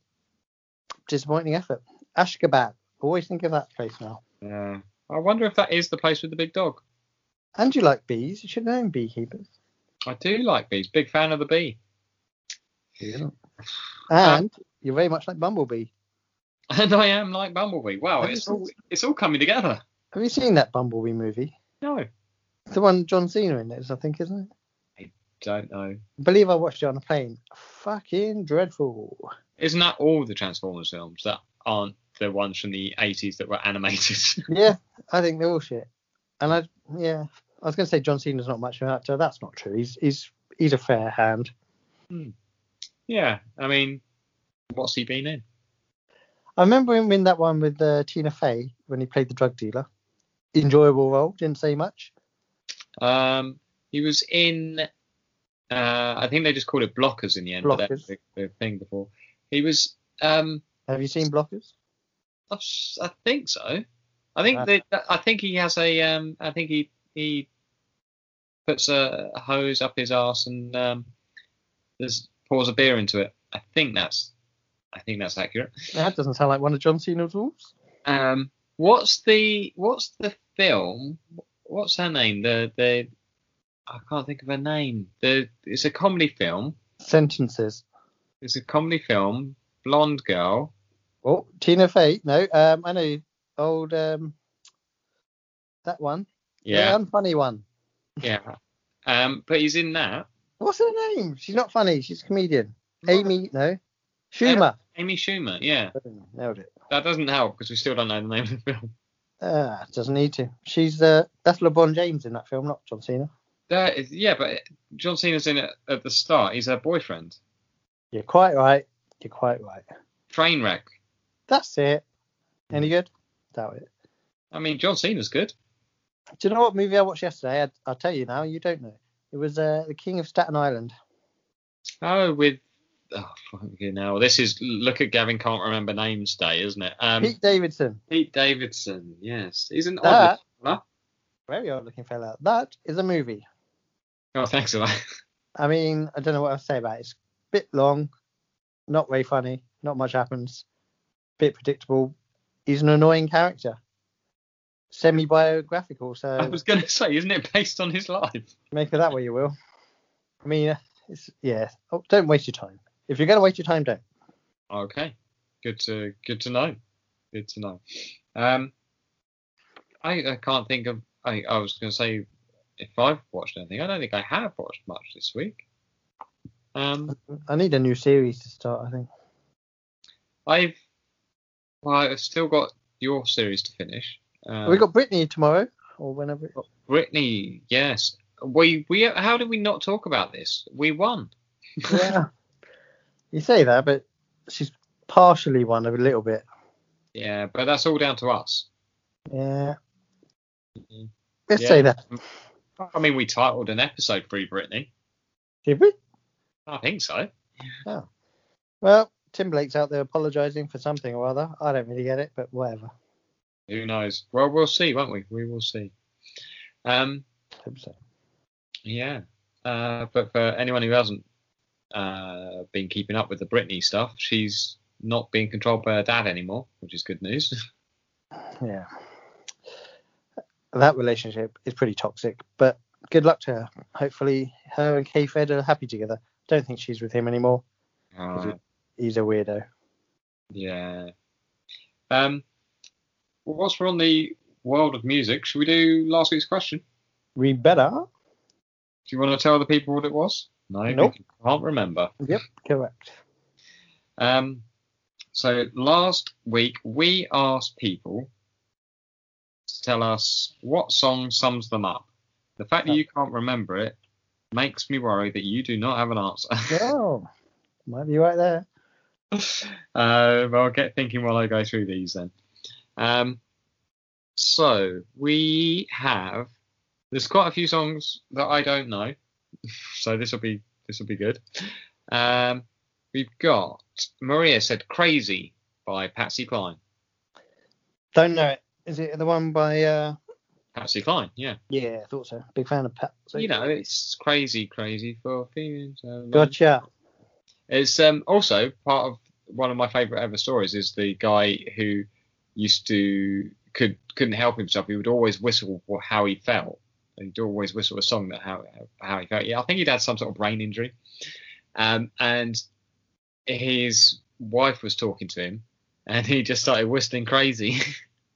[SPEAKER 1] Disappointing effort. Ashgabat. Always think of that place now.
[SPEAKER 2] Yeah. I wonder if that is the place with the big dog.
[SPEAKER 1] And you like bees. You should have known beekeepers.
[SPEAKER 2] I do like bees. Big fan of the bee.
[SPEAKER 1] And you're very much like Bumblebee.
[SPEAKER 2] And I am like Bumblebee. Wow,
[SPEAKER 1] That
[SPEAKER 2] it's
[SPEAKER 1] is-
[SPEAKER 2] all it's all coming together.
[SPEAKER 1] Have you seen that Bumblebee movie?
[SPEAKER 2] No.
[SPEAKER 1] The one John Cena in it is, I think, isn't it?
[SPEAKER 2] Don't know.
[SPEAKER 1] I believe I watched it on a plane. Fucking dreadful.
[SPEAKER 2] Isn't that all the Transformers films that aren't the ones from the eighties that were animated?
[SPEAKER 1] Yeah, I think they're all shit. And I, yeah, I was going to say John Cena's not much of an actor. That's not true. He's he's he's a fair hand.
[SPEAKER 2] yeah. I mean what's he been in?
[SPEAKER 1] I remember him in that one with uh, Tina Fey when he played the drug dealer. Enjoyable role. Didn't say much.
[SPEAKER 2] Um he was in uh I think they just called it blockers in the end, but that's
[SPEAKER 1] Blockers.
[SPEAKER 2] the, the thing before. He was um
[SPEAKER 1] Have you seen Blockers?
[SPEAKER 2] I s- I think so. I think
[SPEAKER 1] Uh,
[SPEAKER 2] that that- I think he has a um. I think he he puts a a hose up his arse and um, there's pours a beer into it. I think that's I think that's accurate.
[SPEAKER 1] That doesn't sound like one of John Cena's roles.
[SPEAKER 2] Um, what's the what's the film? What's her name? The the I can't think of her name. The it's a comedy film.
[SPEAKER 1] Sentences.
[SPEAKER 2] It's a comedy film. Blonde girl.
[SPEAKER 1] Oh, Tina Fey. No, um, I know old um, that one.
[SPEAKER 2] Yeah.
[SPEAKER 1] the unfunny one.
[SPEAKER 2] Yeah. Um, but he's in that.
[SPEAKER 1] What's her name? She's not funny. She's a comedian. Amy. No, Schumer.
[SPEAKER 2] Amy Schumer. Yeah.
[SPEAKER 1] Boom, Nailed it.
[SPEAKER 2] That doesn't help because we still don't know the name of the film.
[SPEAKER 1] Ah, doesn't need to. She's uh, that's LeBron James in that film, not John Cena.
[SPEAKER 2] That is, yeah, but John Cena's in it at the start. He's her boyfriend.
[SPEAKER 1] You're quite right. You're quite right.
[SPEAKER 2] Trainwreck.
[SPEAKER 1] That's it. Any good? Doubt it.
[SPEAKER 2] I mean, John Cena's good.
[SPEAKER 1] Do you know what movie I watched yesterday? I, I'll tell you now. You don't know. It was uh, The King of Staten Island.
[SPEAKER 2] Oh, with oh fucking hell, this is look at Gavin can't remember names day, isn't it? Um,
[SPEAKER 1] Pete Davidson.
[SPEAKER 2] Pete Davidson. Yes, he's an odd.
[SPEAKER 1] That-
[SPEAKER 2] fella.
[SPEAKER 1] Very odd looking fella. That is a movie.
[SPEAKER 2] Oh, thanks for that.
[SPEAKER 1] I mean, I don't know what else to say about it. It's a bit long, not very funny, not much happens, bit predictable. He's an annoying character. Semi biographical, so
[SPEAKER 2] I was gonna say, isn't it based on his life?
[SPEAKER 1] make it that way you will. I mean, uh, it's, yeah, oh, don't waste your time. If you're going to waste your time, don't.
[SPEAKER 2] Okay, good to good to know. Good to know. Um, I, I can't think of. I, I was going to say if I've watched anything. I don't think I have watched much this week. Um,
[SPEAKER 1] I need a new series to start, I think.
[SPEAKER 2] I've well, I've still got your series to finish. Um,
[SPEAKER 1] we got Brittany tomorrow or whenever.
[SPEAKER 2] Oh.
[SPEAKER 1] it-
[SPEAKER 2] Brittany. Yes, we we. How did we not talk about this? We won.
[SPEAKER 1] Yeah. you say that, but she's partially won a little bit.
[SPEAKER 2] Yeah, but that's all down to us.
[SPEAKER 1] Yeah. Let's
[SPEAKER 2] Yeah.
[SPEAKER 1] say that.
[SPEAKER 2] I mean, we titled an episode "Free Brittany."
[SPEAKER 1] Did we?
[SPEAKER 2] I think so.
[SPEAKER 1] Well, Tim Blake's out there apologising for something or other. I don't really get it, but whatever.
[SPEAKER 2] Who knows? Well, we'll see, won't we? We will see. Um,
[SPEAKER 1] Hope so.
[SPEAKER 2] yeah. Uh, but for anyone who hasn't uh, been keeping up with the Britney stuff, she's not being controlled by her dad anymore, which is good news.
[SPEAKER 1] Yeah. That relationship is pretty toxic, but good luck to her. Hopefully, her and K Fed are happy together. Don't think she's with him anymore.
[SPEAKER 2] Uh,
[SPEAKER 1] He's a weirdo.
[SPEAKER 2] yeah. Um, well, whilst we're on the world of music, should we do last week's question?
[SPEAKER 1] We better.
[SPEAKER 2] Do you want to tell the people what it was? No,
[SPEAKER 1] Nope.
[SPEAKER 2] I can't remember.
[SPEAKER 1] Yep, correct.
[SPEAKER 2] Um, so last week we asked people to tell us what song sums them up. The fact that you can't remember it makes me worry that you do not have an answer.
[SPEAKER 1] Oh, might be right there.
[SPEAKER 2] uh, but I'll get thinking while I go through these then. Um, so we have there's quite a few songs that I don't know, so this will be this will be good. Um, we've got Maria said "Crazy" by Patsy Cline.
[SPEAKER 1] Don't know it. Is it the one by? uh
[SPEAKER 2] Patsy Cline, yeah.
[SPEAKER 1] Yeah, I thought so. Big fan of Pat. So,
[SPEAKER 2] you know, it's crazy, crazy for feelings. so long.
[SPEAKER 1] Gotcha.
[SPEAKER 2] It's um also part of one of my favorite ever stories is the guy who used to could couldn't help himself. He would always whistle for how he felt, and he'd always whistle a song that how how he felt. Yeah, I think he'd had some sort of brain injury, um, and his wife was talking to him, and he just started whistling crazy.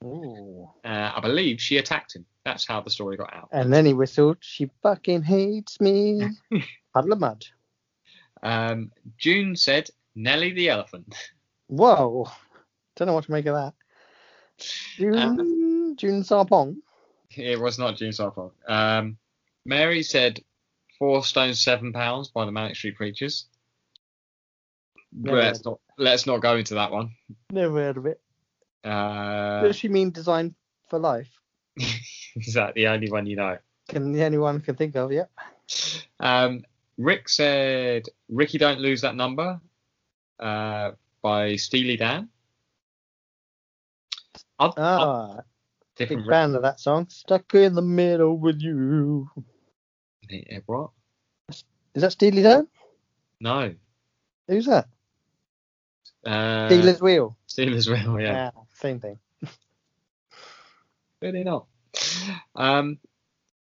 [SPEAKER 1] Ooh.
[SPEAKER 2] Uh, I believe she attacked him. That's how the story got out.
[SPEAKER 1] And then he whistled, She fucking hates me. Puddle of mud.
[SPEAKER 2] Um, June said Nelly the elephant.
[SPEAKER 1] Whoa. Don't know what to make of that.
[SPEAKER 2] Uh,
[SPEAKER 1] June, June Sarpong.
[SPEAKER 2] It was not June Sarpong. Um, Mary said four stone seven pounds by the Manic Street Preachers.
[SPEAKER 1] Never
[SPEAKER 2] let's
[SPEAKER 1] heard-
[SPEAKER 2] not let's not go into that one.
[SPEAKER 1] Never heard of it.
[SPEAKER 2] Uh,
[SPEAKER 1] Does she mean design for life?
[SPEAKER 2] is that the only one you know?
[SPEAKER 1] Can the only one can think of, yep.
[SPEAKER 2] Um, Rick said Ricky don't lose that number uh, by Steely Dan. Oth- oth-
[SPEAKER 1] Ah, big
[SPEAKER 2] different Rick-
[SPEAKER 1] fan of that song. Stuck in the middle with you.
[SPEAKER 2] Eh, what?
[SPEAKER 1] Is that Steely Dan?
[SPEAKER 2] No.
[SPEAKER 1] Who's that?
[SPEAKER 2] Uh,
[SPEAKER 1] Dealer's Wheel.
[SPEAKER 2] Steelers will, yeah.
[SPEAKER 1] Ah, same thing.
[SPEAKER 2] Really not. Um,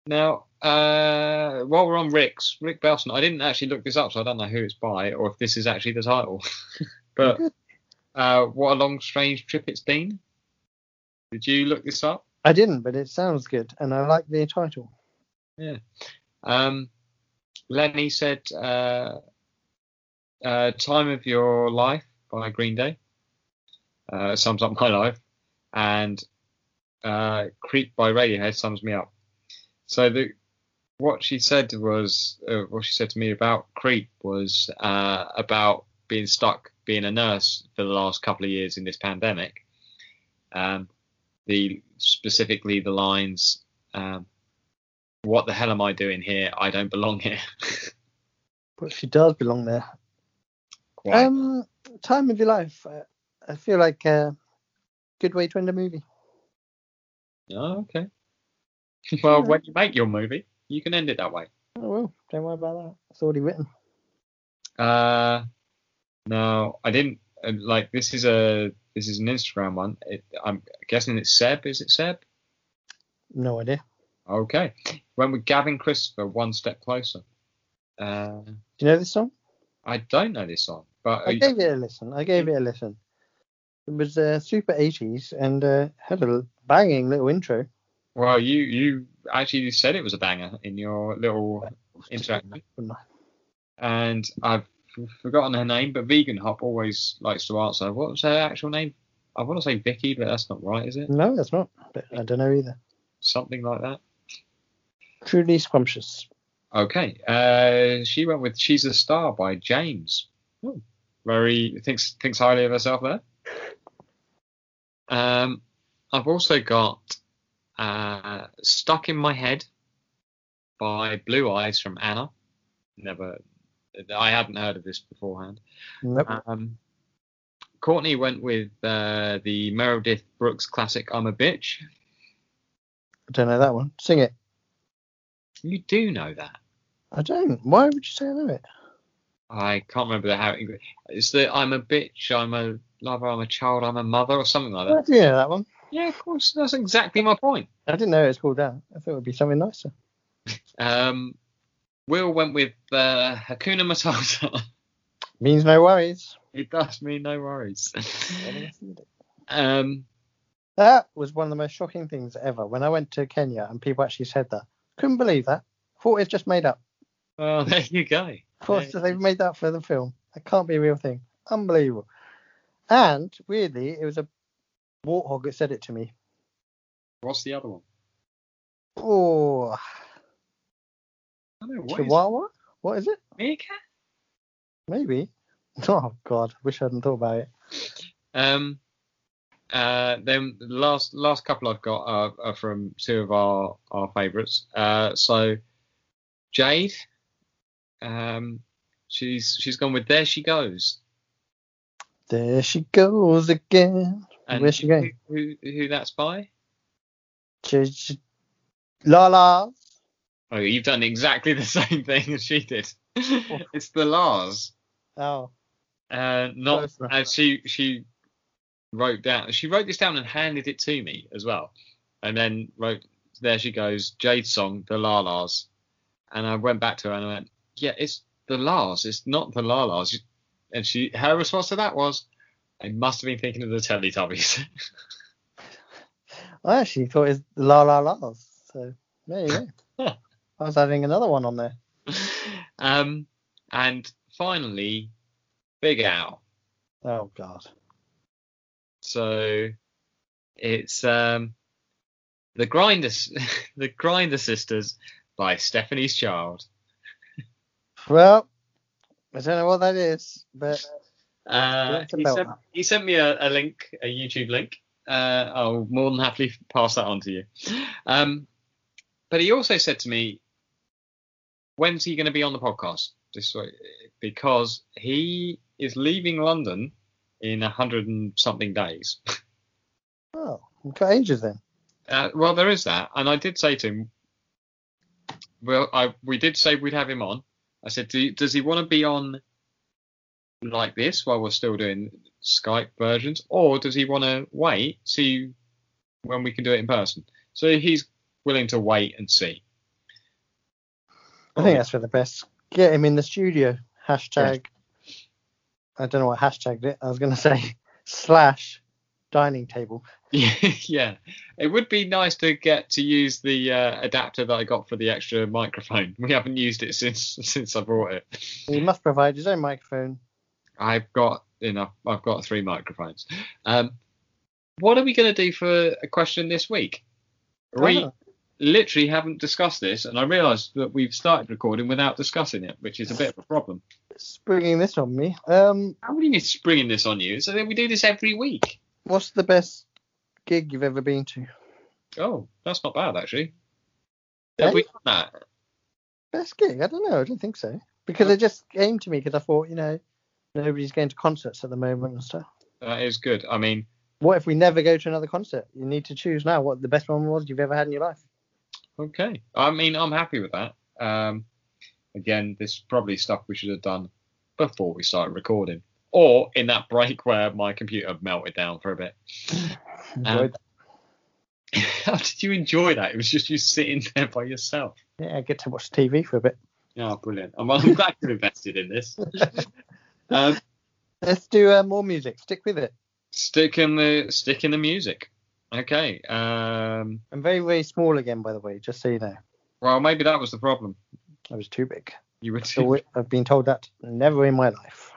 [SPEAKER 2] now, uh, while we're on Rick's, Rick Belson, I didn't actually look this up, so I don't know who it's by or if this is actually the title. but uh, what a long, strange trip it's been. Did you look this up?
[SPEAKER 1] I didn't, but it sounds good, and I like the title.
[SPEAKER 2] Um, Lenny said, uh, uh, "Time of Your Life" by Green Day uh, sums up my life, and uh, "Creep" by Radiohead sums me up. So the what she said was uh, what she said to me about "Creep" was uh, about being stuck being a nurse for the last couple of years in this pandemic. Um, the specifically the lines. Um, what the hell am I doing here? I don't belong here.
[SPEAKER 1] But she does belong there.
[SPEAKER 2] Quite.
[SPEAKER 1] Um, time of your life. uh, I feel like a good way to end a movie.
[SPEAKER 2] oh, okay. Well,
[SPEAKER 1] Yeah.
[SPEAKER 2] when you make your movie, you can end it that way.
[SPEAKER 1] Oh well, don't worry about that. It's already written.
[SPEAKER 2] Uh, no, I didn't. uh, Like this is a this is an Instagram one. It, I'm guessing it's Seb. Is it Seb?
[SPEAKER 1] No idea.
[SPEAKER 2] Okay. When with Gavin Christopher, one step closer. Uh,
[SPEAKER 1] Do you know this song?
[SPEAKER 2] I don't know this song, but
[SPEAKER 1] I gave it a listen. I gave it a listen. It was uh, super 80s and uh, had a banging little intro.
[SPEAKER 2] well, you you actually said it was a banger in your little interaction. and I've f- forgotten her name, but Vegan Hop always likes to answer. What was her actual name? I want to say Vicky, but that's not right, is it?
[SPEAKER 1] No, that's not. But I don't know either.
[SPEAKER 2] Something like that.
[SPEAKER 1] Truly scrumptious.
[SPEAKER 2] Okay. Uh, she went with "She's a Star" by James. Oh, very thinks thinks highly of herself there. Um, I've also got uh, "Stuck in My Head" by Blue Eyes from Anna. Never, I hadn't heard of this beforehand.
[SPEAKER 1] Nope.
[SPEAKER 2] Um, Courtney went with uh, the Meredith Brooks classic "I'm a Bitch."
[SPEAKER 1] I don't know that one. Sing it.
[SPEAKER 2] You do know that.
[SPEAKER 1] I don't. Why would you say I know it?
[SPEAKER 2] I can't remember the how it, it's the "I'm a bitch," "I'm a lover," "I'm a child," "I'm a mother," or something like
[SPEAKER 1] I
[SPEAKER 2] that.
[SPEAKER 1] do know that one.
[SPEAKER 2] Yeah, of course, that's exactly my point.
[SPEAKER 1] I didn't know it was called that. I thought it would be something nicer.
[SPEAKER 2] Um, Will went with uh, "Hakuna Matata."
[SPEAKER 1] Means no worries.
[SPEAKER 2] it does mean no worries. um,
[SPEAKER 1] That was one of the most shocking things ever. When I went to Kenya and people actually said that, couldn't believe that. Thought it's just made up.
[SPEAKER 2] well, there you go.
[SPEAKER 1] Of course,
[SPEAKER 2] Yeah.
[SPEAKER 1] they've made that for the film. That can't be a real thing. Unbelievable. And weirdly, it was a warthog that said it to me.
[SPEAKER 2] What's the other one?
[SPEAKER 1] Oh,
[SPEAKER 2] I don't know. What is it?
[SPEAKER 1] Chihuahua? What is it?
[SPEAKER 2] Meerkat?
[SPEAKER 1] Maybe. Oh God, wish I hadn't thought about it.
[SPEAKER 2] Um, uh, then the last last couple I've got are, are from two of our our favourites. Uh, so Jade, um, she's she's gone with "There She Goes."
[SPEAKER 1] There she goes again. Where's she going?
[SPEAKER 2] Who, who who that's by?
[SPEAKER 1] She, she, la la.
[SPEAKER 2] Oh, you've done exactly the same thing as she did. it's the Lars.
[SPEAKER 1] Oh,
[SPEAKER 2] Uh, not.
[SPEAKER 1] Close enough.
[SPEAKER 2] And she she wrote down. She wrote this down and handed it to me as well, and then wrote. There she goes. Jade's song, the Lalas, and I went back to her and I went, yeah, it's the Lars. It's not the Lalas. And she her response to that was, I must have been thinking of the Teletubbies.
[SPEAKER 1] I actually thought it was La La La's. So there you go. I was adding another one on there.
[SPEAKER 2] um, and finally, Big Owl.
[SPEAKER 1] Oh God.
[SPEAKER 2] So it's um the Grinder S- the Grinder Sisters by Stephanie's Child.
[SPEAKER 1] Well, I don't know what that is, but
[SPEAKER 2] Uh,
[SPEAKER 1] That's
[SPEAKER 2] he,
[SPEAKER 1] about
[SPEAKER 2] sent,
[SPEAKER 1] that.
[SPEAKER 2] he sent me a, a link, a YouTube link. Uh, I'll more than happily pass that on to you. Um, but he also said to me, "When's he going to be on the podcast?" This way, because he is leaving London in a hundred and something days.
[SPEAKER 1] oh, we've got ages then.
[SPEAKER 2] Uh, well, there is that, and I did say to him, well, I we did say we'd have him on. I said, Do you, does he want to be on like this while we're still doing Skype versions, or does he want to wait see when we can do it in person? So he's willing to wait and see.
[SPEAKER 1] I think that's for the best. Get him in the studio. Hashtag. I don't know what hashtagged it. I was gonna say slash dining table.
[SPEAKER 2] Yeah, yeah. It would be nice to get to use the uh, adapter that I got for the extra microphone. We haven't used it since since I bought it.
[SPEAKER 1] He must provide his own microphone.
[SPEAKER 2] I've got enough. I've got three microphones. Um, what are we going to do for a question this week? We
[SPEAKER 1] Oh.
[SPEAKER 2] literally haven't discussed this, and I realised that we've started recording without discussing it, which is a bit of a problem.
[SPEAKER 1] Springing this on me. Um,
[SPEAKER 2] How many is springing this on you? So then we do this every week.
[SPEAKER 1] what's the best gig you've ever been to?
[SPEAKER 2] Oh, that's not bad actually. Have
[SPEAKER 1] Eh?
[SPEAKER 2] we done that?
[SPEAKER 1] Best gig? I don't know. I don't think so. Because it just came to me because I thought, you know, nobody's going to concerts at the moment and stuff.
[SPEAKER 2] That is good. I mean,
[SPEAKER 1] What if we never go to another concert? You need to choose now what the best one was you've ever had in your life.
[SPEAKER 2] okay. I mean, I'm happy with that. Um, again, this is probably stuff we should have done before we started recording, or in that break where my computer melted down for a bit.
[SPEAKER 1] Enjoyed
[SPEAKER 2] How did you enjoy that? It was just you sitting there by yourself.
[SPEAKER 1] that. Yeah, I get to watch TV for a bit.
[SPEAKER 2] Yeah, brilliant. I'm, I'm glad you're invested in this. um,
[SPEAKER 1] Let's do uh, more music. Stick with it.
[SPEAKER 2] stick in the stick in the music. Okay. Um,
[SPEAKER 1] I'm very, very small again, by the way, just so you know.
[SPEAKER 2] well, maybe that was the problem.
[SPEAKER 1] I was too big.
[SPEAKER 2] You were
[SPEAKER 1] So
[SPEAKER 2] too.
[SPEAKER 1] we- I've been told that never in my life.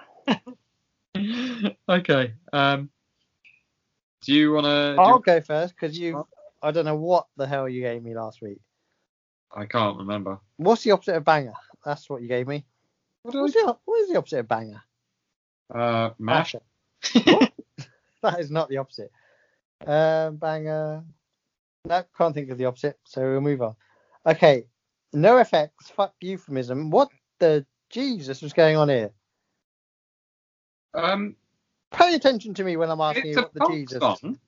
[SPEAKER 2] okay. Um, do you want
[SPEAKER 1] I'll
[SPEAKER 2] to?
[SPEAKER 1] go first because you, I don't know what the hell you gave me last week.
[SPEAKER 2] I can't remember.
[SPEAKER 1] What's the opposite of banger? That's what you gave me.
[SPEAKER 2] What
[SPEAKER 1] What's the, what is the opposite of banger?
[SPEAKER 2] Uh, mash.
[SPEAKER 1] Masher. That is not the opposite. Um, banger. No, can't think of the opposite, so we'll move on. Okay, no effects. Fuck euphemism. What the Jesus was going on here?
[SPEAKER 2] Um,
[SPEAKER 1] Pay attention to me when I'm asking
[SPEAKER 2] it's
[SPEAKER 1] you Oh.
[SPEAKER 2] a
[SPEAKER 1] what the
[SPEAKER 2] punk
[SPEAKER 1] Jesus.
[SPEAKER 2] song.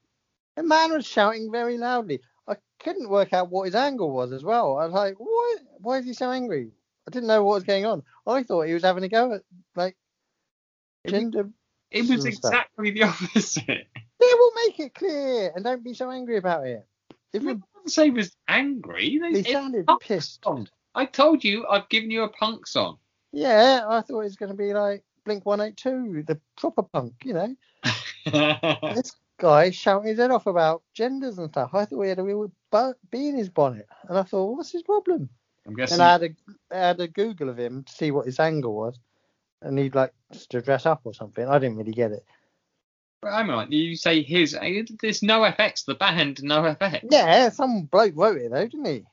[SPEAKER 1] The man was shouting very loudly. I couldn't work out what his angle was as well. I was like, what? Why is he so angry? I didn't know what was going on. I thought he was having a go at like gender.
[SPEAKER 2] It was
[SPEAKER 1] Sure stuff.
[SPEAKER 2] exactly the opposite.
[SPEAKER 1] They will make it clear and don't be so angry about it. If
[SPEAKER 2] I
[SPEAKER 1] you,
[SPEAKER 2] wouldn't say it was angry.
[SPEAKER 1] he
[SPEAKER 2] It-
[SPEAKER 1] sounded
[SPEAKER 2] punk
[SPEAKER 1] pissed.
[SPEAKER 2] song. I told you I've given you a punk song.
[SPEAKER 1] Yeah, I thought it was going to be like Blink 182, the proper punk, you know. this guy shouting his head off about genders and stuff. I thought he had a real bu- bee in his bonnet. And I thought, what's his problem?
[SPEAKER 2] I'm guessing.
[SPEAKER 1] And I had, a, I had a Google of him to see what his angle was. And he'd like just to dress up or something. I didn't really get it.
[SPEAKER 2] But I'm right. You say his. uh, There's no FX. The band no FX.
[SPEAKER 1] Yeah, some bloke wrote it though, didn't he?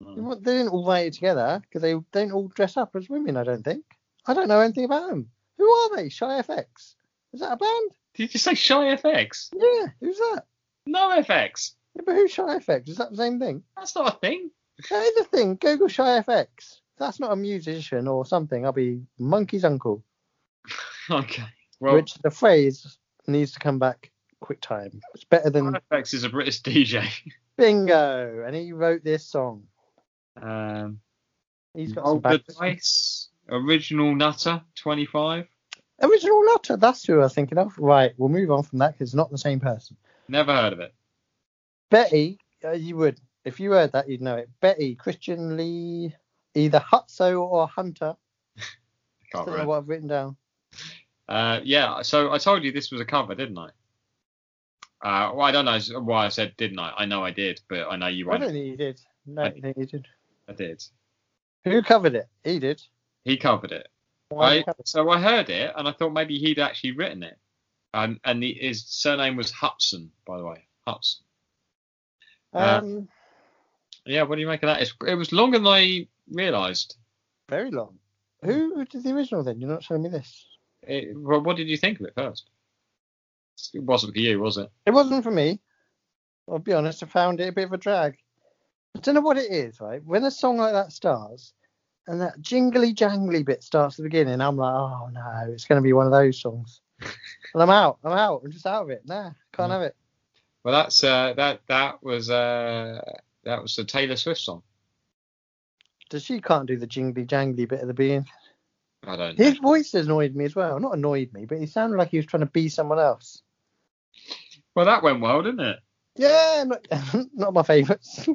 [SPEAKER 1] They
[SPEAKER 2] Mm.
[SPEAKER 1] weren't- they didn't all write it together because they don't all dress up as women, I don't think. I don't know anything about them. Who are they? Shy FX? Is that a band?
[SPEAKER 2] Did you say shy FX?
[SPEAKER 1] Yeah, who's that?
[SPEAKER 2] No FX.
[SPEAKER 1] Yeah, but who's Shy FX? Is that the same thing?
[SPEAKER 2] That's not a thing.
[SPEAKER 1] That is a thing. Google Shy FX. That's not a musician or something. I'll be monkey's uncle.
[SPEAKER 2] Okay. Well,
[SPEAKER 1] which the phrase needs to come back quick time. It's better than
[SPEAKER 2] Shy FX is a British DJ.
[SPEAKER 1] bingo. And he wrote this song.
[SPEAKER 2] Um,
[SPEAKER 1] He's got some
[SPEAKER 2] Roll the
[SPEAKER 1] bad.
[SPEAKER 2] dice. Original Nutter 25.
[SPEAKER 1] Original Lotta, that's who I was thinking of. Right, we'll move on from that because it's not the same person.
[SPEAKER 2] Never heard of it.
[SPEAKER 1] Betty, uh, you would. If you heard that, you'd know it. Betty, Christian Lee, either Hutso or Hunter. I
[SPEAKER 2] Can't
[SPEAKER 1] don't know
[SPEAKER 2] remember.
[SPEAKER 1] what I've written down.
[SPEAKER 2] Uh, yeah, so I told you this was a cover, didn't I? Uh, well, I don't know why I said didn't I. I know I did, but I know you
[SPEAKER 1] I don't
[SPEAKER 2] won't.
[SPEAKER 1] think you did. No, I don't think you did.
[SPEAKER 2] I did.
[SPEAKER 1] Who covered it? He did.
[SPEAKER 2] He covered it.
[SPEAKER 1] Why
[SPEAKER 2] I, so I heard it, and I thought maybe he'd actually written it. Um, and the, his surname was Hudson, by the way. Hudson. uh,
[SPEAKER 1] um,
[SPEAKER 2] Yeah, what do you make of that? It's, it was longer than I realised.
[SPEAKER 1] very long. Who who did the original then? You're not showing me this.
[SPEAKER 2] It- Well, what did you think of it first? It wasn't for you, was it?
[SPEAKER 1] It wasn't for me. I'll be honest, I found it a bit of a drag. I don't know what it is, right? When a song like that starts and that jingly jangly bit starts at the beginning, I'm like, oh no, it's going to be one of those songs. and I'm out. I'm out. I'm just out of it. Nah, can't
[SPEAKER 2] Mm.
[SPEAKER 1] have it.
[SPEAKER 2] Well, that's uh, that that was uh, that was the Taylor Swift song.
[SPEAKER 1] Does she can't do the jingly jangly bit at the beginning?
[SPEAKER 2] I don't know.
[SPEAKER 1] His voice annoyed me as well. Not annoyed me, but he sounded like he was trying to be someone else.
[SPEAKER 2] Well, that went well, didn't it?
[SPEAKER 1] Yeah, not, not my favourites.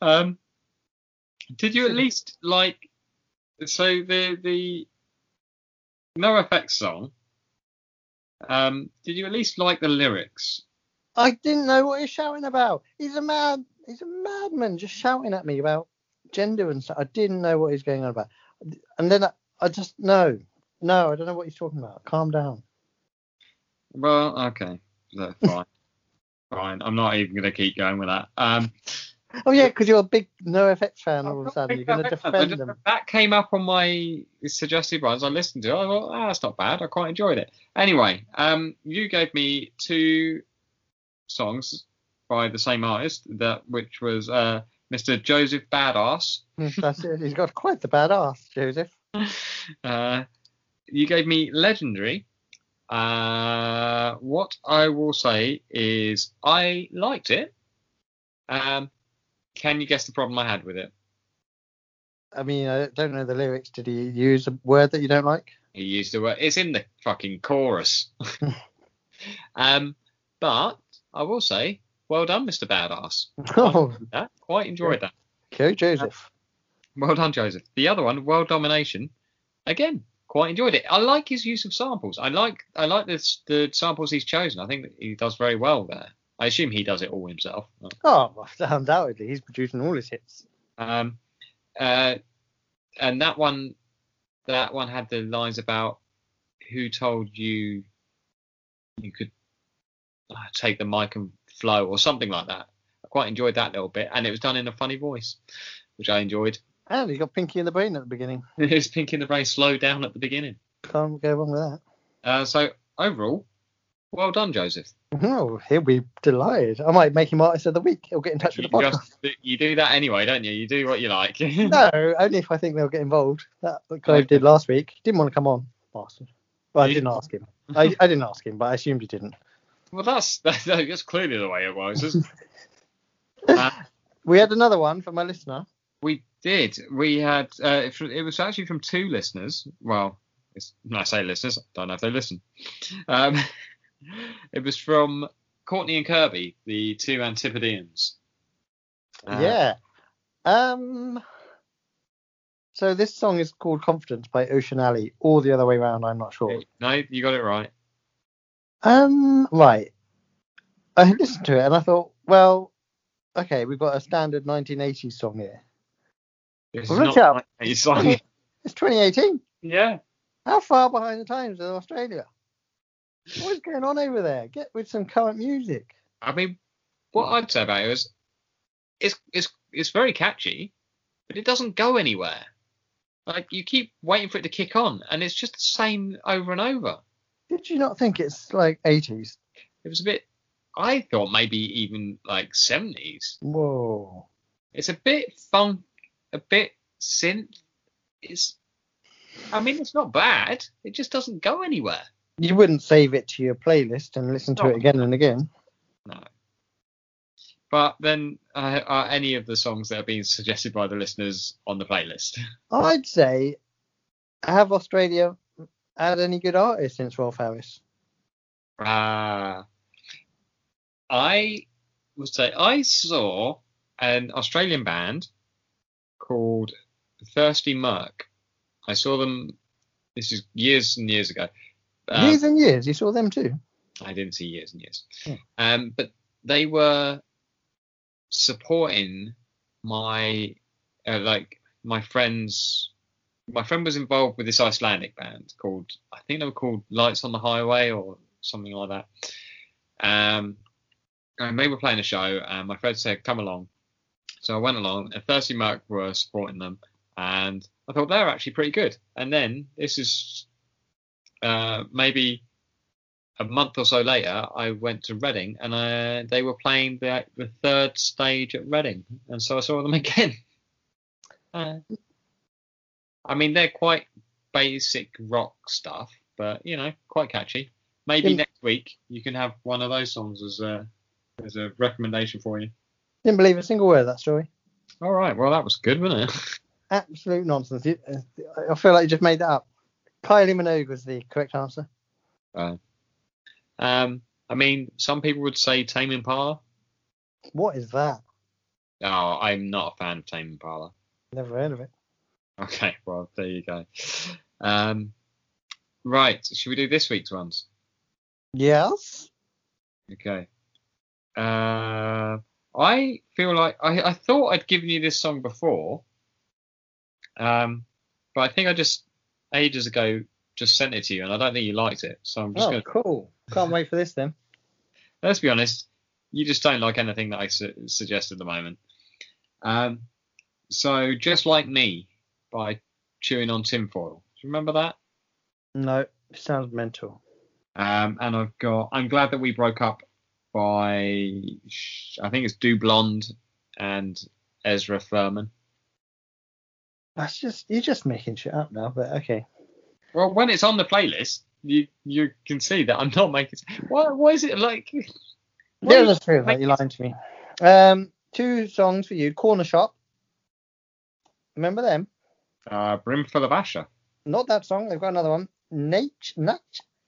[SPEAKER 2] Um, did you at least like? So the the No Effects song. Um, did you at least like the lyrics?
[SPEAKER 1] I didn't know what he was shouting about. He's a mad, he's a madman, just shouting at me about gender and stuff. I didn't know what he's going on about. And then I, I just no, no, I don't know what he's talking about. Calm down.
[SPEAKER 2] Well, okay, No, fine, fine. I'm not even gonna keep going with that. Um,
[SPEAKER 1] Oh yeah, because you're a big No Effects fan.
[SPEAKER 2] I'm
[SPEAKER 1] All of a
[SPEAKER 2] not
[SPEAKER 1] sudden, you're
[SPEAKER 2] making
[SPEAKER 1] going to
[SPEAKER 2] that up. I
[SPEAKER 1] defend
[SPEAKER 2] just-
[SPEAKER 1] them.
[SPEAKER 2] That came up on my suggested ones. I listened to. it. I thought, ah, that's not bad. I quite enjoyed it. Anyway, um, you gave me two songs by the same artist that, which was uh, Mr. Joseph Badass.
[SPEAKER 1] That's it. He's got quite the bad ass, Joseph.
[SPEAKER 2] Uh, you gave me Legendary. Uh, what I will say is I liked it. Um, can you guess the problem I had with it?
[SPEAKER 1] I mean, I don't know the lyrics. Did he use a word that you don't like?
[SPEAKER 2] He used the word. It's in the fucking chorus. um, but I will say, well done, Mr. Badass.
[SPEAKER 1] Oh,
[SPEAKER 2] That quite enjoyed that.
[SPEAKER 1] okay, Joseph.
[SPEAKER 2] Well done, Joseph. The other one, World Domination, again quite enjoyed it. I like his use of samples. I like I like the the samples he's chosen. I think that he does very well there. I assume he does it all himself.
[SPEAKER 1] Oh, well, undoubtedly, he's producing all his hits.
[SPEAKER 2] Um, uh, and that one, that one had the lines about who told you you could uh, take the mic and flow or something like that. I quite enjoyed that little bit, and it was done in a funny voice, which I enjoyed.
[SPEAKER 1] And he got Pinky in the Brain at the beginning.
[SPEAKER 2] it was Pink in the Brain slow down at the beginning.
[SPEAKER 1] Can't go wrong with that.
[SPEAKER 2] Uh, so overall, well done, Joseph.
[SPEAKER 1] Oh, he'll be delighted. I might make him artist of the week. He'll get in touch
[SPEAKER 2] You,
[SPEAKER 1] with the podcast.
[SPEAKER 2] just- you do that anyway, don't you? You do what you like.
[SPEAKER 1] No, only if I think they'll get involved. That that guy
[SPEAKER 2] Okay.
[SPEAKER 1] did last week. Didn't want to come on, bastard. Well, I
[SPEAKER 2] You-
[SPEAKER 1] didn't ask him. I, I didn't ask him, but I assumed he didn't.
[SPEAKER 2] Well, that's that's, that's clearly the way it was. isn't it? Uh,
[SPEAKER 1] We had another one from my listener.
[SPEAKER 2] We did. We had. Uh, it, it was actually from two listeners. Well, it's, when I say listeners, I don't know if they listen. Um, it was from Courtney and Kirby, the two Antipodeans. Uh,
[SPEAKER 1] yeah. Um. So this song is called Confidence by Ocean Alley, or the other way around. I'm not sure.
[SPEAKER 2] No, you got it right.
[SPEAKER 1] Um, right. I listened to it and I thought, well, okay, we've got a standard 1980s song here.
[SPEAKER 2] This
[SPEAKER 1] Well,
[SPEAKER 2] is
[SPEAKER 1] look
[SPEAKER 2] not
[SPEAKER 1] out.
[SPEAKER 2] my song.
[SPEAKER 1] It's 2018.
[SPEAKER 2] yeah.
[SPEAKER 1] How far behind the times is Australia? What is going on over there? Get with some current music.
[SPEAKER 2] I mean, what I'd say about it is, it's it's it's very catchy, but it doesn't go anywhere. Like you keep waiting for it to kick on, and it's just the same over and over.
[SPEAKER 1] Did you not think it's like 80s?
[SPEAKER 2] It was a bit. I thought maybe even like seventies.
[SPEAKER 1] Whoa.
[SPEAKER 2] It's a bit funk, a bit synth. It's. I mean, it's not bad. It just doesn't go anywhere.
[SPEAKER 1] You wouldn't save it to your playlist and listen to
[SPEAKER 2] No.
[SPEAKER 1] it again and again.
[SPEAKER 2] But then, uh, are any of the songs that are being suggested by the listeners on the playlist?
[SPEAKER 1] I'd say have Australia had any good artists since Rolf Harris?
[SPEAKER 2] Ah. I would say I saw an Australian band called Thirsty Merc. I saw them. This is years and years ago. Um,
[SPEAKER 1] years and years. You saw them too.
[SPEAKER 2] I didn't see years and years.
[SPEAKER 1] Hmm.
[SPEAKER 2] Um, but they were supporting my uh, like my friends. My friend was involved with this Icelandic band called I think they were called Lights on the Highway or something like that. Um, and they were playing a show, and my friend said, "Come along." So I went along, and Thirsty Merc were supporting them, and I thought they were actually pretty good. And then this is uh, maybe a month or so later, I went to Reading and uh, they were playing the, the third stage at Reading, and so I saw them again. Uh, I mean, they're quite basic rock stuff, but you know, quite catchy. Maybe
[SPEAKER 1] Yeah.
[SPEAKER 2] next week you can have one of those songs as a as a recommendation for you.
[SPEAKER 1] Didn't believe a single word of that story.
[SPEAKER 2] All right, well that was good, wasn't it?
[SPEAKER 1] Absolute nonsense. You- uh, I feel like you just made that up. Kylie Minogue was the correct answer.
[SPEAKER 2] Um, I mean, some people would say Tame Impala.
[SPEAKER 1] What is that?
[SPEAKER 2] No, I'm not a fan of Tame Impala.
[SPEAKER 1] Never heard of it.
[SPEAKER 2] Okay, well, there you go. Um, right, should we do this week's ones?
[SPEAKER 1] Yes.
[SPEAKER 2] Okay. Uh, I feel like I, I thought I'd given you this song before, um, but I think I just ages ago just sent it to you, and I don't think you liked it. So I'm just
[SPEAKER 1] Oh,
[SPEAKER 2] gonna.
[SPEAKER 1] cool. Can't wait for this then.
[SPEAKER 2] Let's be honest, you just don't like anything that I su- suggest at the moment. Um, so just like me by chewing on tinfoil. Do you remember that?
[SPEAKER 1] No, sounds mental.
[SPEAKER 2] Um, and I've got I'm glad that we broke up by sh- I think it's Do Blonde and Ezra Furman.
[SPEAKER 1] That's just you're just making shit up now. But okay.
[SPEAKER 2] Well, when it's on the playlist, you you can see that I'm not making. Why why is it like? Why
[SPEAKER 1] There
[SPEAKER 2] are you-
[SPEAKER 1] are the three of that.
[SPEAKER 2] make-
[SPEAKER 1] You're lying to me. Um, two songs for you. Corner Shop. Remember them?
[SPEAKER 2] Uh, Brimful of Asher.
[SPEAKER 1] Not that song. They've got another one. Nate Nat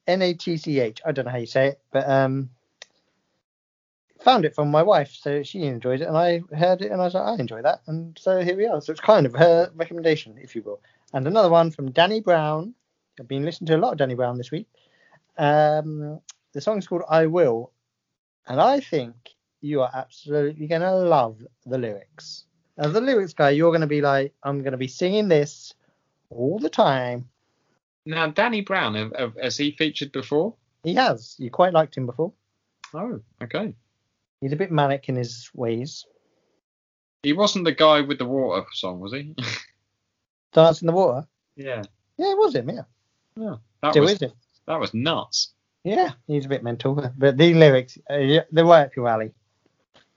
[SPEAKER 1] N A T C H. I don't know how you say it, but um, found it from my wife, so she enjoyed it, and I heard it, and I was like, I enjoy that, and so here we are. So it's kind of her recommendation, if you will. And another one from Danny Brown. I've been listening to a lot of Danny Brown this week. Um, the song's called I Will, and I think you are absolutely going to love the lyrics. As a lyrics guy, you're going to be like, I'm going to be singing this all the time.
[SPEAKER 2] Now Danny Brown have, have, has he featured before?
[SPEAKER 1] He has. You quite liked him before.
[SPEAKER 2] Oh, okay.
[SPEAKER 1] He's a bit manic in his ways.
[SPEAKER 2] He wasn't the guy with the water song, was he?
[SPEAKER 1] Dance in the water.
[SPEAKER 2] yeah.
[SPEAKER 1] Yeah, it was him. Yeah,
[SPEAKER 2] That
[SPEAKER 1] still
[SPEAKER 2] was
[SPEAKER 1] is him.
[SPEAKER 2] that was nuts.
[SPEAKER 1] Yeah, he's a bit mental, but the lyrics, uh, yeah, they're right up your alley.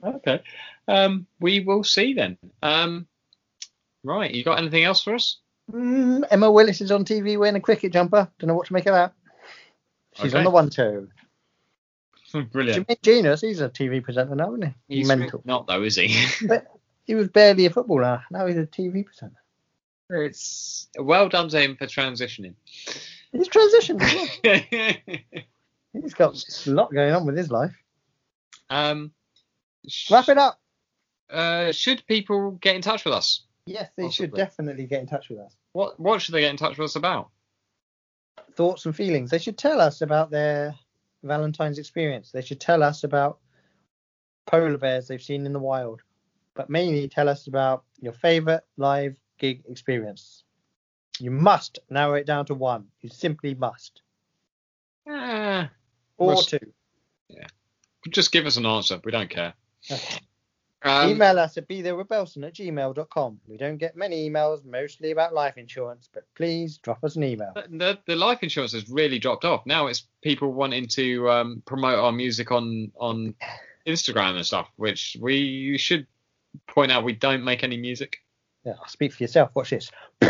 [SPEAKER 2] Okay. Um, we will see then. Um, right. You got anything else for us?
[SPEAKER 1] Mm, Emma Willis is on TV wearing a cricket jumper. Don't know what to make of that. She's
[SPEAKER 2] Okay.
[SPEAKER 1] on the one show.
[SPEAKER 2] Brilliant.
[SPEAKER 1] Jimmy Genus, he's a TV presenter now, isn't he?
[SPEAKER 2] He's
[SPEAKER 1] mental.
[SPEAKER 2] not though, is he?
[SPEAKER 1] He was barely a footballer. Now he's a TV presenter.
[SPEAKER 2] it's well done to him for transitioning.
[SPEAKER 1] He's transitioned. as well. he's got a lot going on with his life.
[SPEAKER 2] um, sh-
[SPEAKER 1] Wrap it up.
[SPEAKER 2] uh, should people get in touch with us?
[SPEAKER 1] Yes, they should
[SPEAKER 2] Possibly.
[SPEAKER 1] definitely get in touch with us.
[SPEAKER 2] What what should they get in touch with us about?
[SPEAKER 1] thoughts and feelings. They should tell us about their Valentine's experience. They should tell us about polar bears they've seen in the wild, but mainly tell us about your favorite live gig experience. You must narrow it down to one. You simply must.
[SPEAKER 2] Uh,
[SPEAKER 1] Or
[SPEAKER 2] Must.
[SPEAKER 1] two.
[SPEAKER 2] just give us an answer. We don't care.
[SPEAKER 1] Okay.
[SPEAKER 2] Um,
[SPEAKER 1] Email us at be rebelson at gmail.com. We don't get many emails, mostly about life insurance, but please drop us an email.
[SPEAKER 2] the, the life insurance has really dropped off. Now it's people wanting to um, promote our music on on Instagram and stuff, which we should point out we don't make any music.
[SPEAKER 1] Yeah, speak for yourself. Watch this.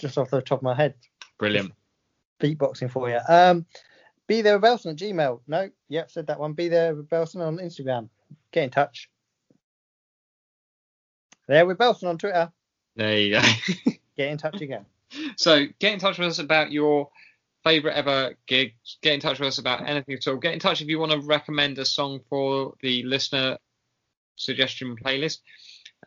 [SPEAKER 1] Just off the top of my head.
[SPEAKER 2] Brilliant.
[SPEAKER 1] beatboxing for you. Um, be there Belson at Gmail. No, yep, said that one. Be there Belson on Instagram. Get in touch. There with Belson on Twitter.
[SPEAKER 2] There you go.
[SPEAKER 1] Get in touch again.
[SPEAKER 2] So get in touch with us about your favorite ever gig. Get in touch with us about anything at all. Get in touch if you want to recommend a song for the listener suggestion playlist.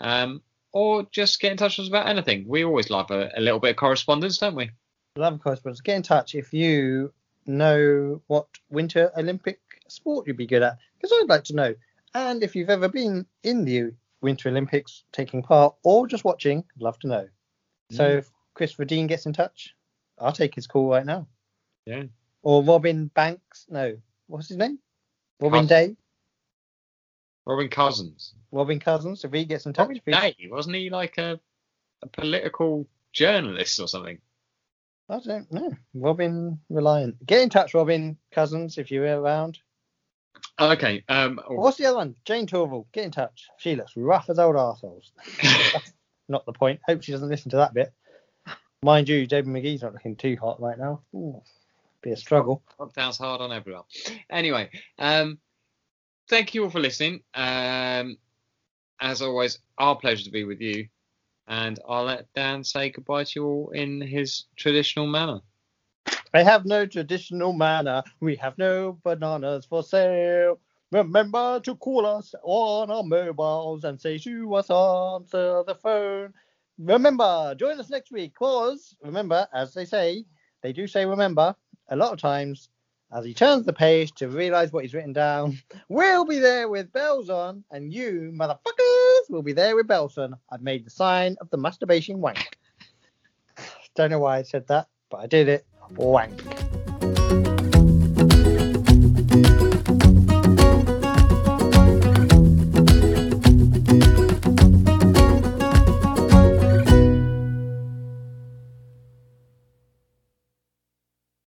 [SPEAKER 2] Um, or just get in touch with us about anything. We always love a, a little bit of correspondence, don't we?
[SPEAKER 1] Love correspondence. Get in touch if you know what Winter Olympic sport you'd be good at, because I'd like to know. And if you've ever been in the Winter Olympics taking part or just watching, I'd love to know.
[SPEAKER 2] Mm.
[SPEAKER 1] So if Chris Dean gets in touch, I'll take his call right now.
[SPEAKER 2] Yeah.
[SPEAKER 1] Or Robin Banks. No. What's his name? Robin
[SPEAKER 2] Cousins.
[SPEAKER 1] Day.
[SPEAKER 2] Robin Cousins.
[SPEAKER 1] Robin Cousins. If he gets in touch,
[SPEAKER 2] Robin
[SPEAKER 1] if he-
[SPEAKER 2] Day, wasn't he like a, a political journalist or something?
[SPEAKER 1] I don't know. Robin Reliant. Get in touch, Robin Cousins, if you're around.
[SPEAKER 2] Okay. Um,
[SPEAKER 1] What's the other one? Jane Torval. Get in touch. She looks rough as old arseholes. Not the point. Hope she doesn't listen to that bit. Mind you, David McGee's not looking too hot right now. Ooh, be a struggle.
[SPEAKER 2] lockdown's hard on everyone. Anyway, um, thank you all for listening. Um, as always, our pleasure to be with you. And I'll let Dan say goodbye to you all in his traditional manner.
[SPEAKER 1] I have no traditional manner. We have no bananas for sale. Remember to call us on our mobiles and say to us answer the phone. Remember, join us next week. Cause remember, as they say, they do say remember a lot of times. As he turns the page to realise what he's written down, we'll be there with bells on, and you motherfuckers will be there with bells on. I've made the sign of the masturbation wank. Don't know why I said that, but I did it. Wank.